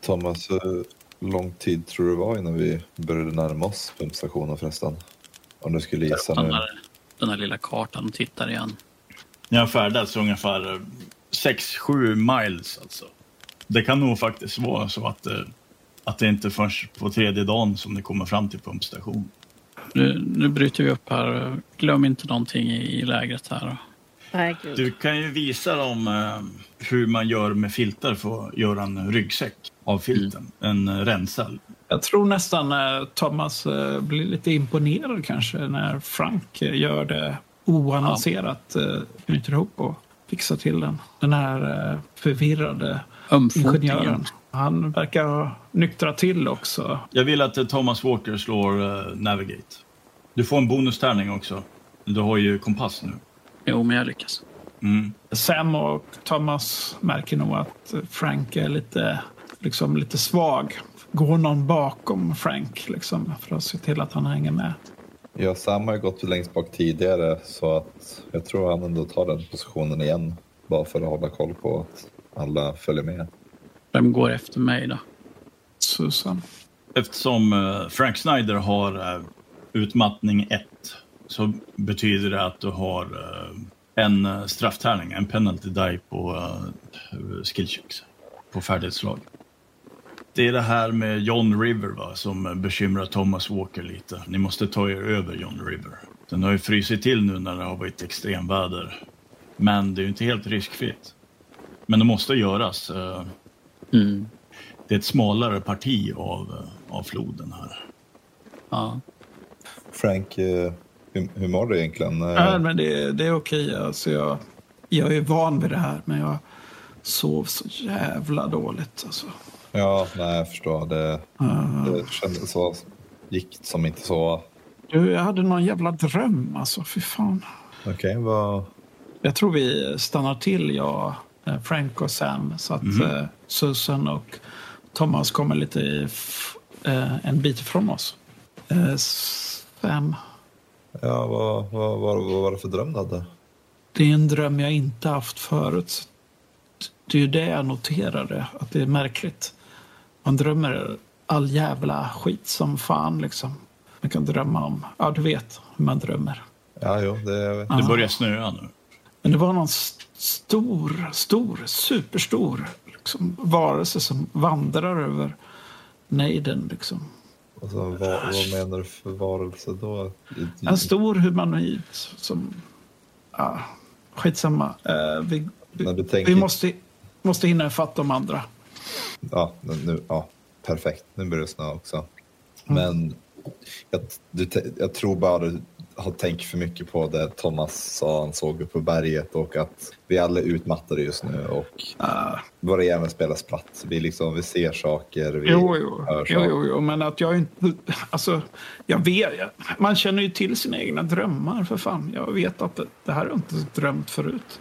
Thomas, hur lång tid tror du det var innan vi började närma oss pumpstationen förresten? Om du skulle gissa Den nu. här, den här lilla kartan och tittar igen. Ni har färdats ungefär 6-7 miles alltså. Det kan nog faktiskt vara så att, eh, att det inte är först på tredje dagen som ni kommer fram till pumpstation. Nu, nu bryter vi upp här. Glöm inte någonting i, i lägret här. Nej gud. Du kan ju visa dem eh, hur man gör med filtar för att göra en ryggsäck av filten. Mm. En eh, rensel. Jag tror nästan eh, Thomas eh, blir lite imponerad kanske när Frank eh, gör det oannonserat. eh, Knyter ihop och fixar till den. Den här eh, förvirrade Ömfotingen. ingenjören. Han verkar ha nyktrat till också. Jag vill att eh, Thomas Walker slår eh, Navigate. Du får en bonustärning också. Du har ju kompass nu. Jo, men jag lyckas. Mm. Sam och Thomas märker nog att Frank är lite, liksom, lite svag. Går någon bakom Frank liksom, för att se till att han hänger med? Ja, Sam har ju gått längst bak tidigare så att jag tror han ändå tar den positionen igen. Bara för att hålla koll på att alla följer med. Vem går efter mig då? Susan. Eftersom eh, Frank Snyder har eh, utmattning 1 så betyder det att du har eh, en eh, strafftärning, en penalty die på eh, skill checks, på färdighetsslag. Det är det här med John River va, som bekymrar Thomas Walker lite. Ni måste ta er över John River. Den har ju frysit till nu när det har varit extremväder. Men det är ju inte helt riskfritt. Men det måste göras. eh, det är ett smalare parti av, eh, av floden här. Ja. Frank, eh, hur, hur mår du egentligen? Eh, Nej, men det, det är okej. Alltså, jag, jag är van vid det här, men jag sov så jävla dåligt. Alltså. Ja, nej, jag förstår. Det, Eh, det kändes så. Gick som inte så. du, jag hade någon jävla dröm, alltså. Fy fan. Okej, vad... Jag tror vi stannar till, jag, eh, Frank och Sam, så att eh, Susan och Thomas kommer lite i f- eh, en bit ifrån oss. Eh, Sam, Ja, vad, vad, vad, vad var det för dröm du hade? det är en dröm jag inte haft förut. Det är ju det jag noterade, att det är märkligt. Man drömmer all jävla skit som fan, liksom. Man kan drömma om, ja du vet hur man drömmer. Ja, jo, det... Det börjar snöa nu. Men det var någon st- stor, stor, superstor liksom, varelse som vandrar över nejden. Liksom. Alltså, vad, vad menar du för varelse då? En Mm. Alltså, stor humanoid som... Ja, skitsamma. Eh, vi När du vi, tänker- vi måste, måste hinna ifatt de andra. Ja, men nu, ja, Mm. perfekt. Nu börjar det snöa också. Men jag, du, te- jag tror bara har tänkt för mycket på det Thomas sa han såg uppe på berget och att vi alla är utmattade just nu och eh, Ah, våra hjärnor spelas platt. Vi, liksom, vi ser saker, vi jo, jo. hör jo, saker. jo, jo, men att jag inte... Alltså, jag vet, jag- man känner ju till sina egna drömmar, för fan. Jag vet att det, det här har jag inte drömt förut.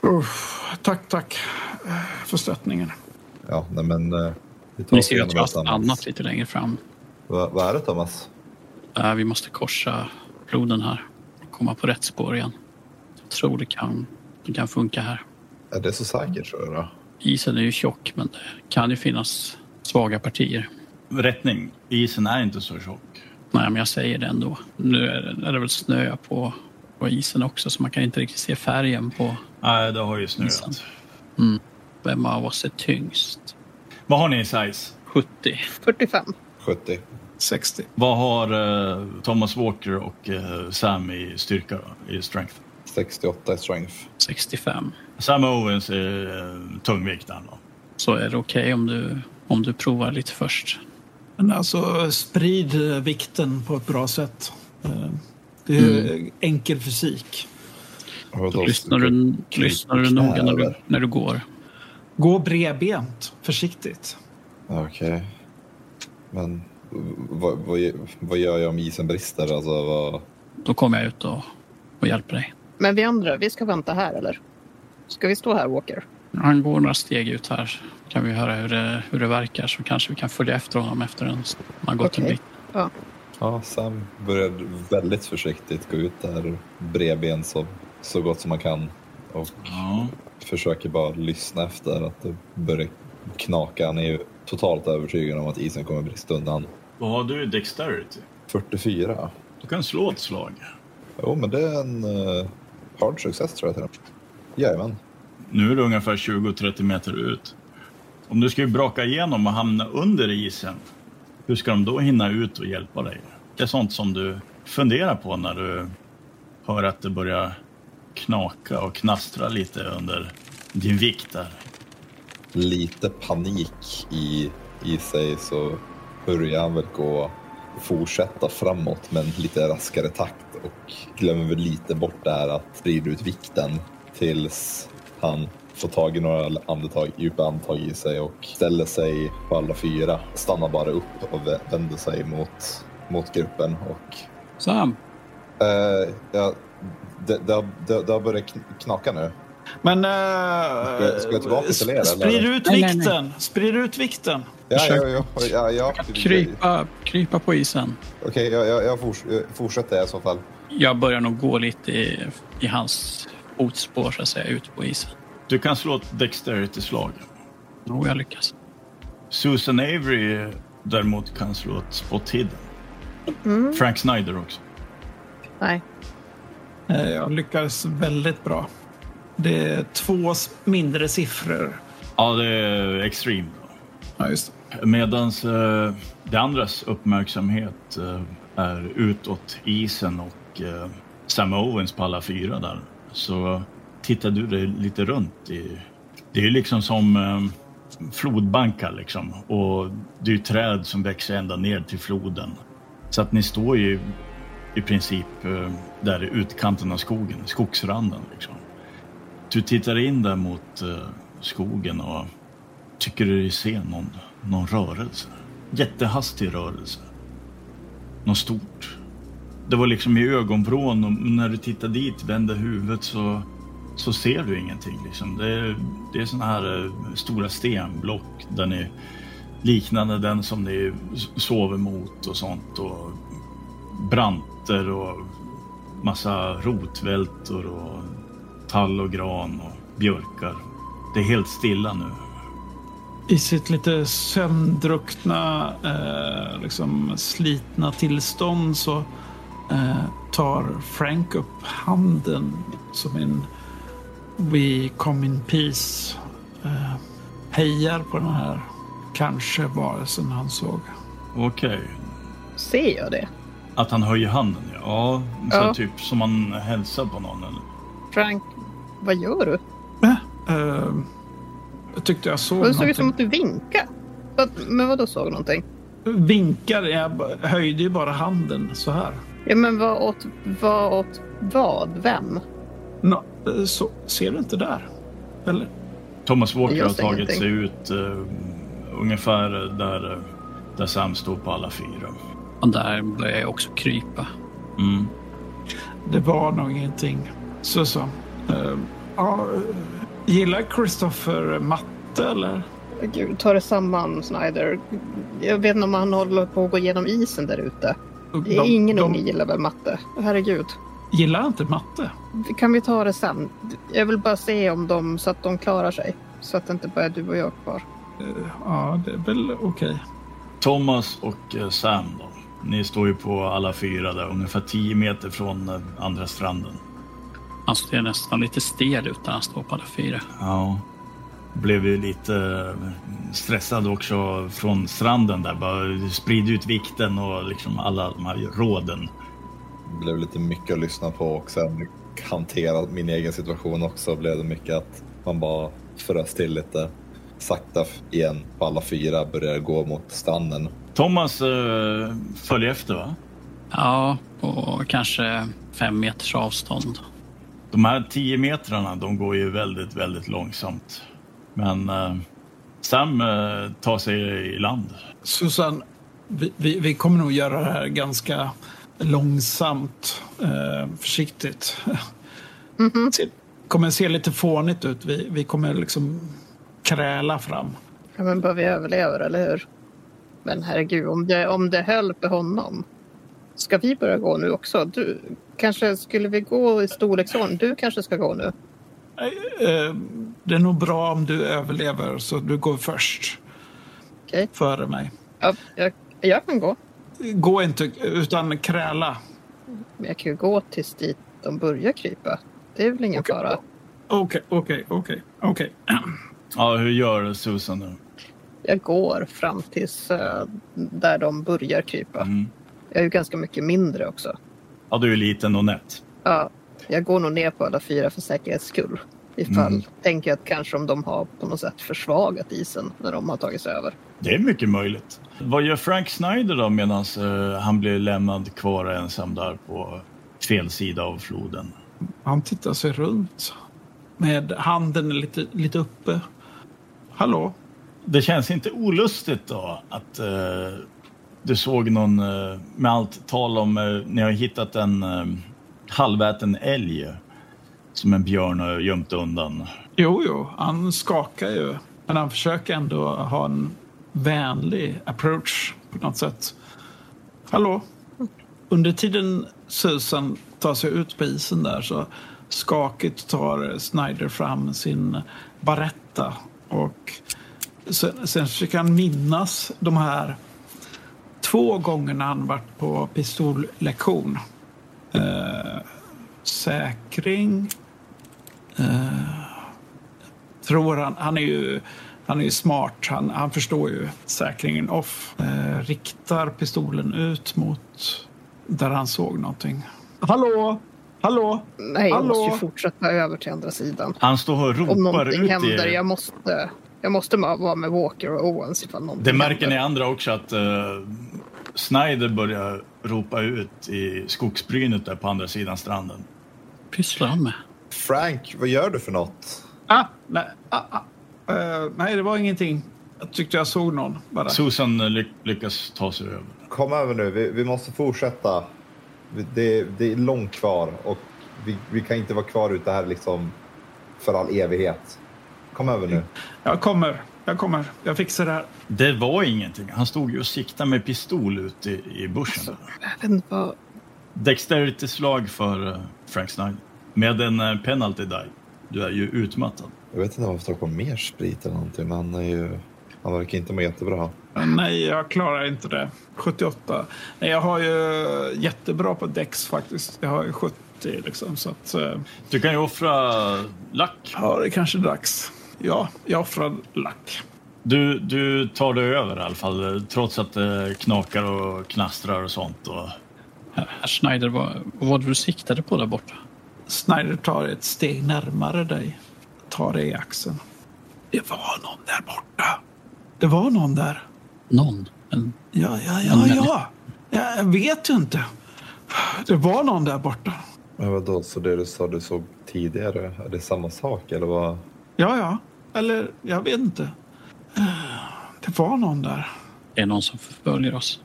Uff, tack, tack eh, för stöttningen. Ja, nej, men, eh, vi tar Ni oss ser ju igenom att det jag har tillsammans. stannat lite längre fram. Va, vad är det Thomas? Eh, Vi måste korsa floden här och komma på rätt spår igen. Jag tror det kan, det kan funka här. Är det så säkert tror du? då? Isen är ju tjock, men det kan ju finnas svaga partier. Rättning. Isen är inte så tjock. Nej, men jag säger det ändå. Nu är det, är det väl snö på, på isen också, så man kan inte riktigt se färgen på Nej, det har ju Isen. snöat. vem av oss är tyngst. Vad har ni i size? 70. 45. 70? 60. Vad har eh, Thomas Walker och eh, Sam i styrka, då, i strength? 68 i strength. 65. Sam Owens är eh, tungvikt där då. Så är det okej om, du, om du provar lite först. Men alltså, sprid eh, vikten på ett bra sätt. Eh, Det är ju Mm. enkel fysik. Och Då då- lyssnar du, lyssnar du noga när du, när du går. Gå bredbent, försiktigt. Okej. Men v- vad, vad, vad gör jag om isen brister? Alltså, vad... Då kommer jag ut och, och hjälper dig. Men vi andra, vi ska vänta här eller? Ska vi stå här Walker? Han går några steg ut här. Kan vi höra hur det, hur det verkar så kanske vi kan följa efter honom efter en, han har gått en Okej. bit. Ja. Ja, Sam börjar väldigt försiktigt gå ut där bredben så, så gott som man kan och Ja. försöker bara lyssna efter att det börjar knaka. Han är ju totalt övertygad om att isen kommer brista undan. Vad har du i dexterity? 44? Du kan slå ett slag. Jo, men det är en eh, hard success tror jag till och med. Jajamän. Nu är du ungefär 20-30 meter ut. Om du ska ju braka igenom och hamna under isen, hur ska de då hinna ut och hjälpa dig? Det är sånt som du funderar på när du hör att det börjar knaka och knastra lite under din vikt där. lite panik i, i sig så börjar han väl gå fortsätta framåt men lite raskare takt och glömmer väl lite bort det här att sprida ut vikten tills han får tag i några andetag, djupa andetag i sig och ställer sig på alla fyra. Stannar bara upp och vä- vänder sig mot, mot gruppen och Sam, eh, ja, det, det, har- det, det har börjat kn- knaka nu. Men... eh, jag- ska jag tillbaka till er, eller? Sprid ut Nej, nej, nej. vikten! Sprid ut vikten! Ja, Försök- ja, ja, ja, ja. krypa, krypa på isen. Okej, jag, jag, jag, fors, jag fortsätter i så fall. Jag börjar nog gå lite i, i hans fotspår så att säga, ut på isen. Du kan slå ett dexterity-slag. Tror jag lyckas. Susan Avery däremot kan slå ett spot hidden. Frank Snyder också. Nej. Eh, Jag lyckades väldigt bra. Det är två s- mindre siffror. Ja, det är extreme. Då. Ja, just det. Medans eh, det andras uppmärksamhet eh, är utåt isen och eh, Sam Owens på alla fyra där så tittar du dig lite runt. I, det är ju liksom som eh, flodbankar liksom och det är ju träd som växer ända ner till floden. Så att ni står ju i princip eh, där i utkanten av skogen, skogsranden liksom. Du tittar in där mot eh, skogen och tycker du ser någon, någon rörelse. Jättehastig rörelse. Något stort. Det var liksom i ögonvrån och när du tittar dit, vänder huvudet så, så ser du ingenting. Liksom. Det är, det är sådana här eh, stora stenblock där ni, liknande den som ni s- sover mot och sånt. Och branter och massa rotvältor och tall och gran och björkar. Det är helt stilla nu. I sitt lite sömndruckna, eh, liksom slitna tillstånd så eh, tar Frank upp handen som en We come in peace. Eh, hejar på den här kanske varelsen han såg. Okej. Ser jag det? Att han höjer handen, ja. ja. Så Ja. Typ som man hälsar på någon. Eller? Frank, vad gör du? Eh, eh, jag tyckte jag såg Det såg ut som någonting. att du vinkade. Vad- Men vadå såg någonting? Vinkar, jag höjde ju bara handen så här. Ja, men vad åt vad? Åt vad? Vem? Nå, eh, så, ser du inte där? Eller? Thomas Walker Jag har säger tagit sig ingenting. ut eh, ungefär där, eh, där Sam stod på alla fyra. Och där börjar jag också krypa. Mm. Det var nog ingenting. Så så. Eh, ja, eh, gillar Christopher matte eller? Gud, ta det samman, Snyder. Jag vet inte om han håller på att gå igenom isen där ute. Det är ingen de unge gillar väl matte? Herregud. Gillar inte matte? Kan vi ta det sen? Jag vill bara se om de, så att de klarar sig. Så att det inte bara är du och jag kvar. Eh, ja, det är väl okej. Thomas och eh, Sam då. Ni står ju på alla fyra där, ungefär 10 meter från eh, andra stranden. Han ser nästan lite stel ut när han står på alla fyra. Ja. Blev ju lite eh, stressad också från stranden där. Bara sprid ut vikten och liksom alla de här råden. Det blev lite mycket att lyssna på och sen hantera min egen situation också blev det mycket att man bara frös till lite. Sakta f- igen på alla fyra började gå mot stranden. Thomas eh, följer efter va? Ja, på kanske fem meters avstånd. De här 10 metrarna, de går ju väldigt, väldigt långsamt. Men eh, Sam eh, tar sig i land. Susanne, vi, vi, vi kommer nog göra det här ganska långsamt, eh, försiktigt. Mhm. Det kommer se lite fånigt ut. Vi, vi kommer liksom kräla fram. Ja, men bara vi överlever, eller hur? Men herregud, om det, om det höll på honom. Ska vi börja gå nu också? Du, kanske skulle vi gå i storleksordning? Du kanske ska gå nu? Eh, eh, det är nog bra om du överlever, så du går först Okej. före mig. Ja, jag, jag kan gå. Gå inte, utan kräla. Men jag kan ju gå tills dit de börjar krypa. Det är väl ingen fara. Okej, okej, okej. okej. Ja, hur gör Susan nu? Jag går fram tills eh, där de börjar krypa. Mm. Jag är ju ganska mycket mindre också. Ja, du är liten och nätt. Ja, jag går nog ner på alla fyra för säkerhets skull. Ifall, Mm. tänker jag att kanske om de har på något sätt försvagat isen när de har tagit sig över. Det är mycket möjligt. Vad gör Frank Snyder då medan eh, han blir lämnad kvar ensam där på fel sida av floden? Han tittar sig runt med handen lite, lite uppe. Hallå? Det känns inte olustigt då att eh, du såg någon eh, med allt tal om eh, ni har hittat en eh, halväten älg som en björn har gömt undan. Jo, jo, han skakar ju. Men han försöker ändå ha en vänlig approach på något sätt. Hallå? Under tiden Susan tar sig ut på isen där så skakigt tar Snyder fram sin baretta och sen, sen försöker han minnas de här två gångerna han varit på pistollektion. Eh, säkring, tror han, han är ju han är ju smart, han, han förstår ju säkringen off. Eh, riktar pistolen ut mot där han såg någonting. Hallå? Hallå? Nej, jag Hallå? måste ju fortsätta över till andra sidan. Han står och Om ropar någonting ut händer, i jag måste... Jag måste ma- vara med Walker och Owens ifall någonting Det märker ni händer. andra också att eh, Snyder börjar ropa ut i skogsbrynet där på andra sidan stranden. Pysslar han med? Frank, vad gör du för något? Ah, nej, ah, ah. Eh, nej, det var ingenting. Jag tyckte jag såg någon bara. Susan eh, lyck- lyckas ta sig över. Kom över nu, vi, vi måste fortsätta. Vi- Det, det är långt kvar och vi, vi kan inte vara kvar ute här liksom för all evighet. Kom över nu. Jag kommer, jag kommer, jag fixar det här. Det var ingenting. Han stod ju och siktade med pistol ute i, i Alltså, buschen. Jag vet inte vad... Dexterity-slag för eh, Frank Snyder. Med en eh, penalty die. Du är ju utmattad. Jag vet inte om han får tag på mer sprit eller någonting, men han är ju... Han verkar inte må jättebra. Nej, jag klarar inte det. 78. Nej, jag har ju jättebra på Dex faktiskt. Jag har ju 70 liksom, så att... eh, Du kan ju offra eh, lack. Ja, det är kanske dags. Ja, jag offrar lack. Du, du tar dig över i alla fall, eh, trots att det knakar och knastrar och sånt. Och Herr Schneider, vad, vad var det du siktade på där borta? Snyder tar ett steg närmare dig. Tar dig i axeln. Det var någon där borta. Det var någon där. Någon? En, Ja, ja, Men- ja, men- ja. Jag vet ju inte. Det var någon där borta. Men vadå, så det du sa du såg tidigare, är det samma sak eller vad? Ja, ja. Eller jag vet inte. Det var någon där. Det är någon som förföljer oss.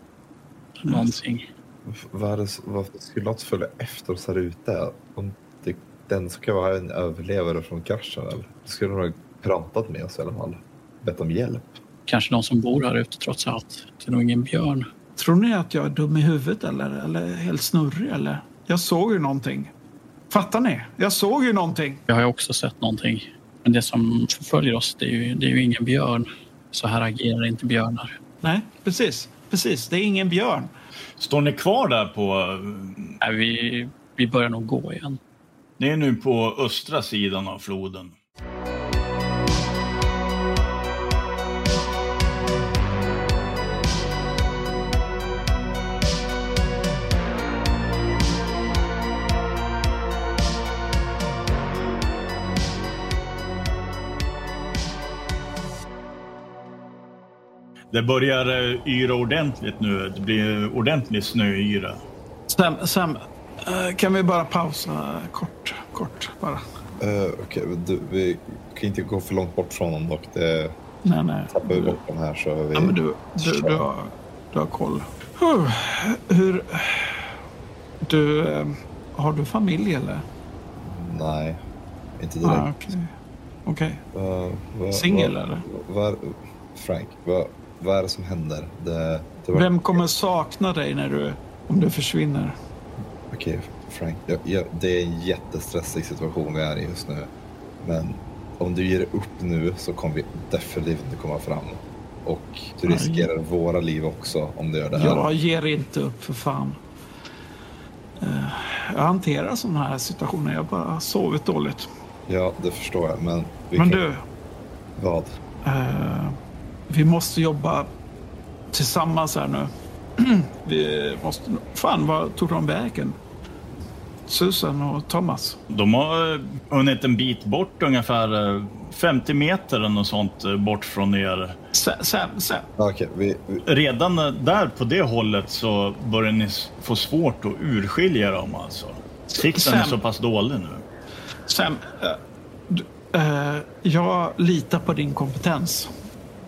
Mm. Någonting. V- Vad är det, s- varför skulle något följa efter oss här ute? Om det, den som kan vara en överlevare från kraschen eller? Då skulle de ha pratat med oss i alla fall. Bett om hjälp. Kanske någon som bor här ute trots allt. Det är nog ingen björn. Tror ni att jag är dum i huvudet eller, eller helt snurrig eller? Jag såg ju någonting. Fattar ni? Jag såg ju någonting. Jag har ju också sett någonting. Men det som förföljer oss, det är ju, det är ju ingen björn. Så här agerar inte björnar. Nej, precis. Precis, det är ingen björn. Står ni kvar där på... eh, Nej, vi, vi börjar nog gå igen. Ni är nu på östra sidan av floden. Det börjar eh, yra ordentligt nu. Det blir ordentlig snöyra. Sam, Sam eh, kan vi bara pausa kort? Kort bara. Uh, Okej, men du, vi kan inte gå för långt bort från honom dock. Det Nej, nej. tappar vi bort den här så är vi... Ja, men du, du, du, har, du har koll. Huh, Hur... Du... eh, Har du familj eller? Nej, inte direkt. Ja, Okej. Okej. Vad- vad- Singel, vad- eller? vad- Frank, vad, vad är det som händer? Det, det var- Vem kommer sakna dig när du... Om du försvinner? Okej, Frank. Jag, jag, det är en jättestressig situation vi är i just nu. Men om du ger upp nu så kommer vi definitivt inte komma fram. Och du Nej. riskerar våra liv också om du gör det här. Jag ger inte upp för fan. Eh, Jag hanterar sådana här situationer. Jag bara har sovit dåligt. Ja, det förstår jag. Men, vi Men kan- du, Vad? eh, vi måste jobba tillsammans här nu. vi måste... Fan, vad tog de vägen? Susan och Thomas. De har eh, hunnit en bit bort, ungefär eh, 50 meter eller något sånt eh, bort från er. Sam, Sam, Sam. Okej, vi, vi, Redan eh, där på det hållet så börjar ni s- få svårt att urskilja dem alltså. Sikten är Sam. så pass dålig nu. Sam, eh, du, eh, jag litar på din kompetens.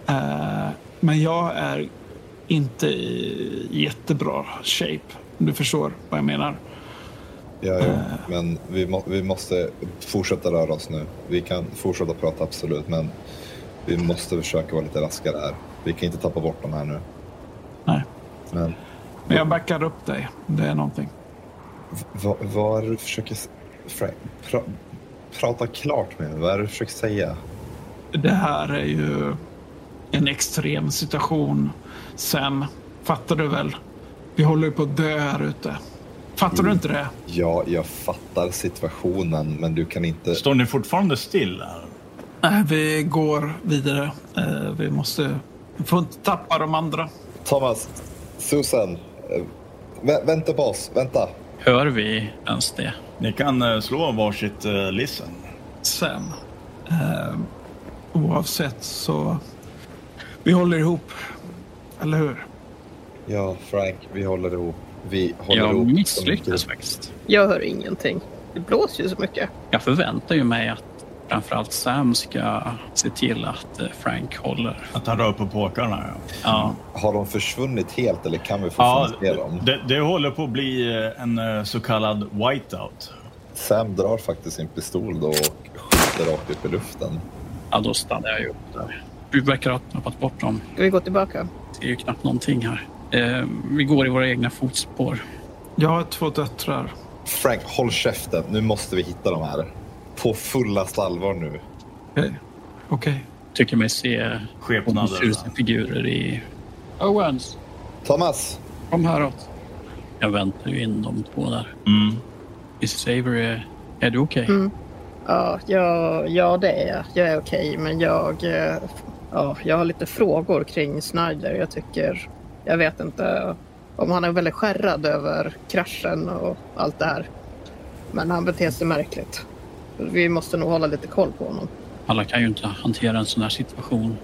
Eh, men jag är inte i jättebra shape. om Du förstår vad jag menar. ja, Äh. ja, men vi, må, vi måste fortsätta röra oss nu. Vi kan fortsätta prata, absolut. Men vi måste försöka vara lite raskare här. Vi kan inte tappa bort dem här nu. Nej, Men men jag backar upp dig. om Det är någonting. Vad, vad är det du försöker... s- Frank, pra, prata klart med mig. Vad är det du försöker säga? Det här är ju en extrem situation. Sam, fattar du väl? Vi håller ju på att dö här ute. Fattar du inte det? Ja, jag fattar situationen, men du kan inte... Står ni fortfarande still här? Nej, vi går vidare. Eh, vi måste... Vi får inte tappa de andra. Thomas, Susan, eh, vä- vänta på oss. Vänta. Hör vi ens det? Ni kan eh, slå varsitt eh, listen. sen. Eh, oavsett så... Vi håller ihop. Eller hur? Ja, Frank, vi håller ihop. Vi håller ihop. Jag som misslyckades grupp. faktiskt. Jag hör ingenting. Det blåser ju så mycket. Jag förväntar ju mig att framförallt Sam ska se till att eh, Frank Mm. håller. Att han rör på påkarna. Ja. Ja, Har de försvunnit helt eller kan vi Ja, fortfarande se dem? det, det håller på att bli eh, en eh, så kallad whiteout. Sam drar faktiskt sin pistol då och skjuter rakt upp i luften. ja då stannar jag ju upp där. Vi verkar ha tappat bort dem. Ska vi gå tillbaka? Det är ju knappt någonting här. Eh, vi går i våra egna fotspår. Jag har två döttrar. Frank, håll käften. Nu måste vi hitta de här. På fullaste allvar nu. Okej. Okej. Tycker mig se Skepnader. förtjusta figurer i... Owens, Thomas! kom häråt. Jag väntar ju in de två där. Mm. Mrs Avery, är- är du okej? Ja, ja, ja det är jag. Jag är okej, men jag, eh, ja, jag har lite frågor kring Snyder. Jag tycker, jag vet inte om han är väldigt skärrad över kraschen och allt det här. Men han beter sig märkligt. Vi måste nog hålla lite koll på honom. Alla kan ju inte hantera en sån här situation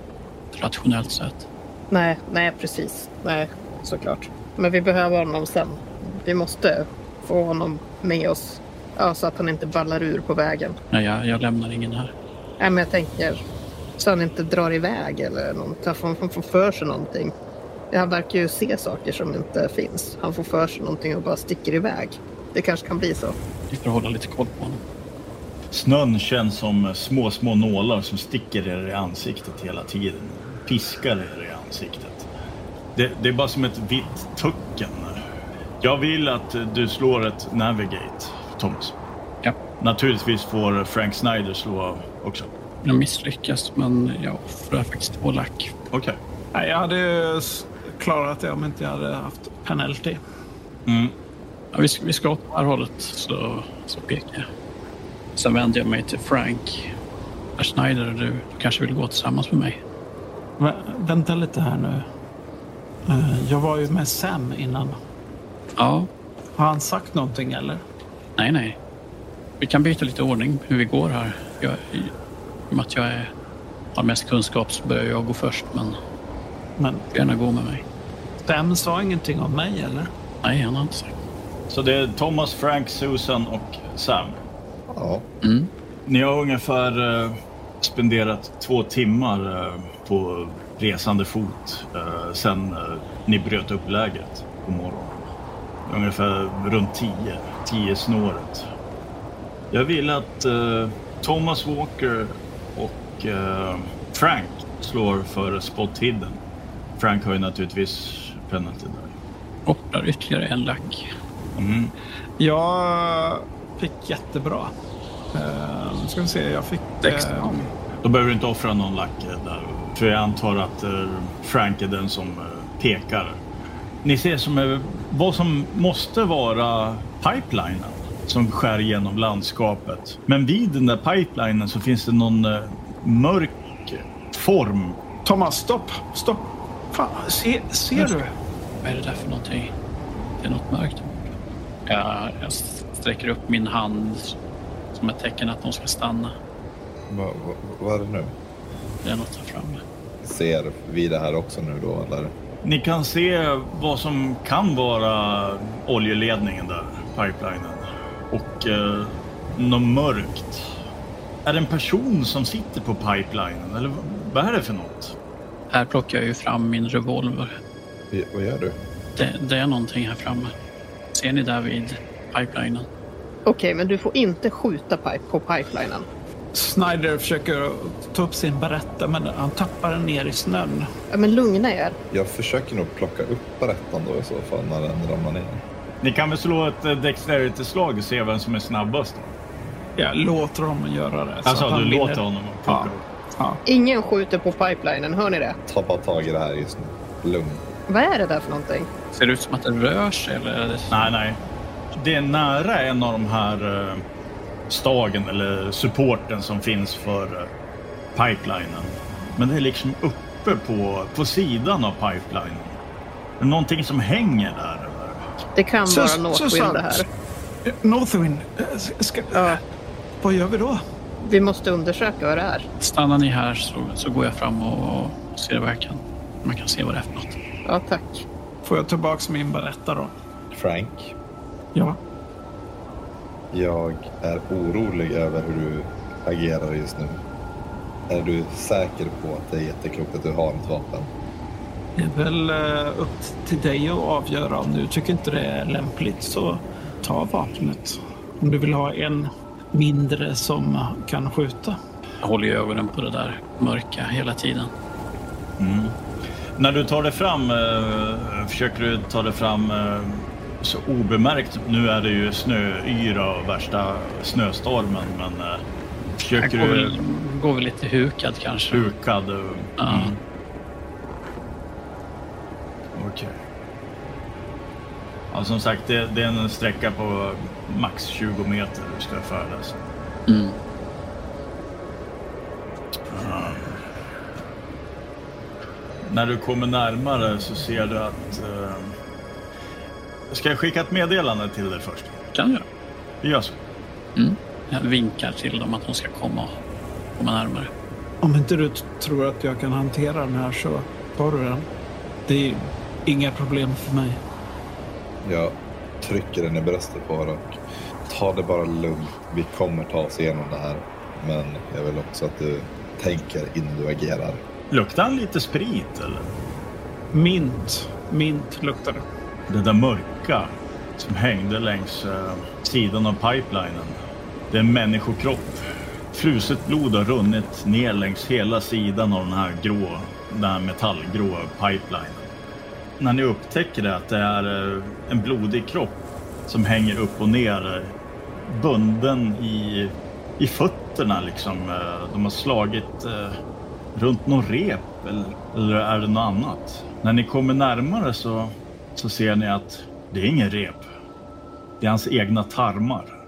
rationellt sett. Nej, nej precis. Nej, såklart. Men vi behöver honom sen. Vi måste få honom med oss. Ja, så att han inte ballar ur på vägen. Nej, jag, jag lämnar ingen här. Nej, men jag tänker så han inte drar iväg eller något. Han får, han får för sig någonting. Han verkar ju se saker som inte finns. Han får för sig någonting och bara sticker iväg. Det kanske kan bli så. Vi får hålla lite koll på honom. Snön känns som små, små nålar som sticker er i ansiktet hela tiden. Piskar er i ansiktet. Det, det är bara som ett vitt töcken. Jag vill att du slår ett Navigate, Thomas. Ja. Naturligtvis får Frank Snyder slå också. Jag misslyckas, men jag offrar faktiskt två lack. Okej. Nej, jag hade ju s- klarat det om inte jag hade haft penalty. Ja, vi, ska, vi ska åt det här hållet, så, så pekar jag. Sen vänder jag mig till Frank. Herr Schneider, du, du kanske vill gå tillsammans med mig? Vä- vänta lite här nu. Eh, jag var ju med Sam innan. Ja. Har han sagt någonting eller? Nej, nej. Vi kan byta lite ordning hur vi går här. Jag, i, I och med att jag är, har mest kunskap så börjar jag gå först, men Men gärna gå med mig. Sam sa ingenting om mig eller? Nej, han har inte sagt. Så det är Thomas, Frank, Susan och Sam. Ja. Mm. Ni har ungefär eh, spenderat två timmar eh, på resande fot eh, sen eh, ni bröt upp lägret på morgonen. Ungefär runt tio, tio snåret. Jag vill att eh, Thomas Walker och eh, Frank slår för spot hidden. Frank har ju naturligtvis penalty där. Offrar ytterligare en lack. Mm. Jag fick jättebra. Uh, ska vi se, jag fick... eh, Dexter. Då behöver du inte offra någon lack eh, där. För jag antar att eh, Frank är den som eh, pekar. Ni ser som eh, vad som måste vara pipelinen som skär genom landskapet. Men vid den där pipelinen så finns det någon eh, mörk form. Thomas, stopp! Stopp! Fan, se, ser du? Vad är det där för någonting? Det är något mörkt där borta. Jag, jag sträcker upp min hand som ett tecken att de ska stanna. Va- va- Vad är det nu? Det är något där framme. Ser vi det här också nu då eller? Ni kan se vad som kan vara oljeledningen där, pipelinen. Och eh, något mörkt. Är det en person som sitter på pipelinen eller vad är det för något? Här plockar jag ju fram min revolver. Vi- Vad gör du? Det, det är någonting här framme. Ser ni där vid pipelinen? Okej, men du får inte skjuta pipe på pipelinen. Snyder försöker ta upp sin berätta men han tappar den ner i snön. Ja, men lugna er. Jag försöker nog plocka upp berättaren då i så fall när den ramlar ner. Ni kan väl slå ett eh, dexterity-slag och se vem som är snabbast? Då. Jag låter honom göra det. så Alltså, att du han låter vinner. honom att plocka Ja. upp. ja. Ingen skjuter på pipelinen, hör ni det? Tappa tag i det här just nu. Lugn. Vad är det där för någonting? Ser det ut som att den rör sig eller? är det- Nej, nej. Det är nära en av de här eh, stagen eller supporten som finns för eh, pipelinen. Men det är liksom uppe på, på sidan av pipelinen. Är det någonting som hänger där? Eller? Det kan vara Sus- Northwind det här. Eh, Northwind. eh, ska- Ska, Ja, Vad gör vi då? vi måste undersöka vad det är. Stannar ni här så, så går jag fram och, och ser vad jag kan. Man kan se vad det är för något. Ja, tack. Får jag tillbaka min berätta då? Frank, Ja. jag är orolig över hur du agerar just nu. Är du säker på att det är jätteklokt att du har ett vapen? Det är väl eh, upp till dig att avgöra. Om du tycker inte det är lämpligt så ta vapnet. Om du vill ha en mindre som kan skjuta. Jag håller ju ögonen på det där mörka hela tiden. När du tar det fram, eh, försöker du ta det fram eh, så obemärkt. Nu är det ju snöyra och värsta snöstormen, men eh, Jag försöker går du... väl, går väl lite hukad kanske. Hukad. eh, Ja. Mm. Okej. Ja, som sagt, det, det är en sträcka på max 20 meter du ska färdas. Mm. Eh, När du kommer närmare så ser du att... Eh, ska jag skicka ett meddelande till dig först? Kan jag? Vi gör så. Mm. Jag vinkar till dem att de ska komma, komma närmare. Om inte du t- tror att jag kan hantera den här så tar du den. Det är inga problem för mig. Jag trycker den i bröstet på honom. och Ta det bara lugnt. Vi kommer ta oss igenom det här. Men jag vill också att du tänker innan du agerar. Luktar han lite sprit eller? Mint. Mint luktar det. Det där mörka som hängde längs eh, sidan av pipelinen. Det är en människokropp. Fruset blod har runnit ner längs hela sidan av den här grå, den här metallgrå pipelinen. När ni upptäcker det att det är eh, en blodig kropp som hänger upp och ner eh, bunden i, i fötterna liksom. Eh, De har slagit eh, runt någon rep eller, eller är det något annat? När ni kommer närmare så, så ser ni att det är ingen rep. Det är hans egna tarmar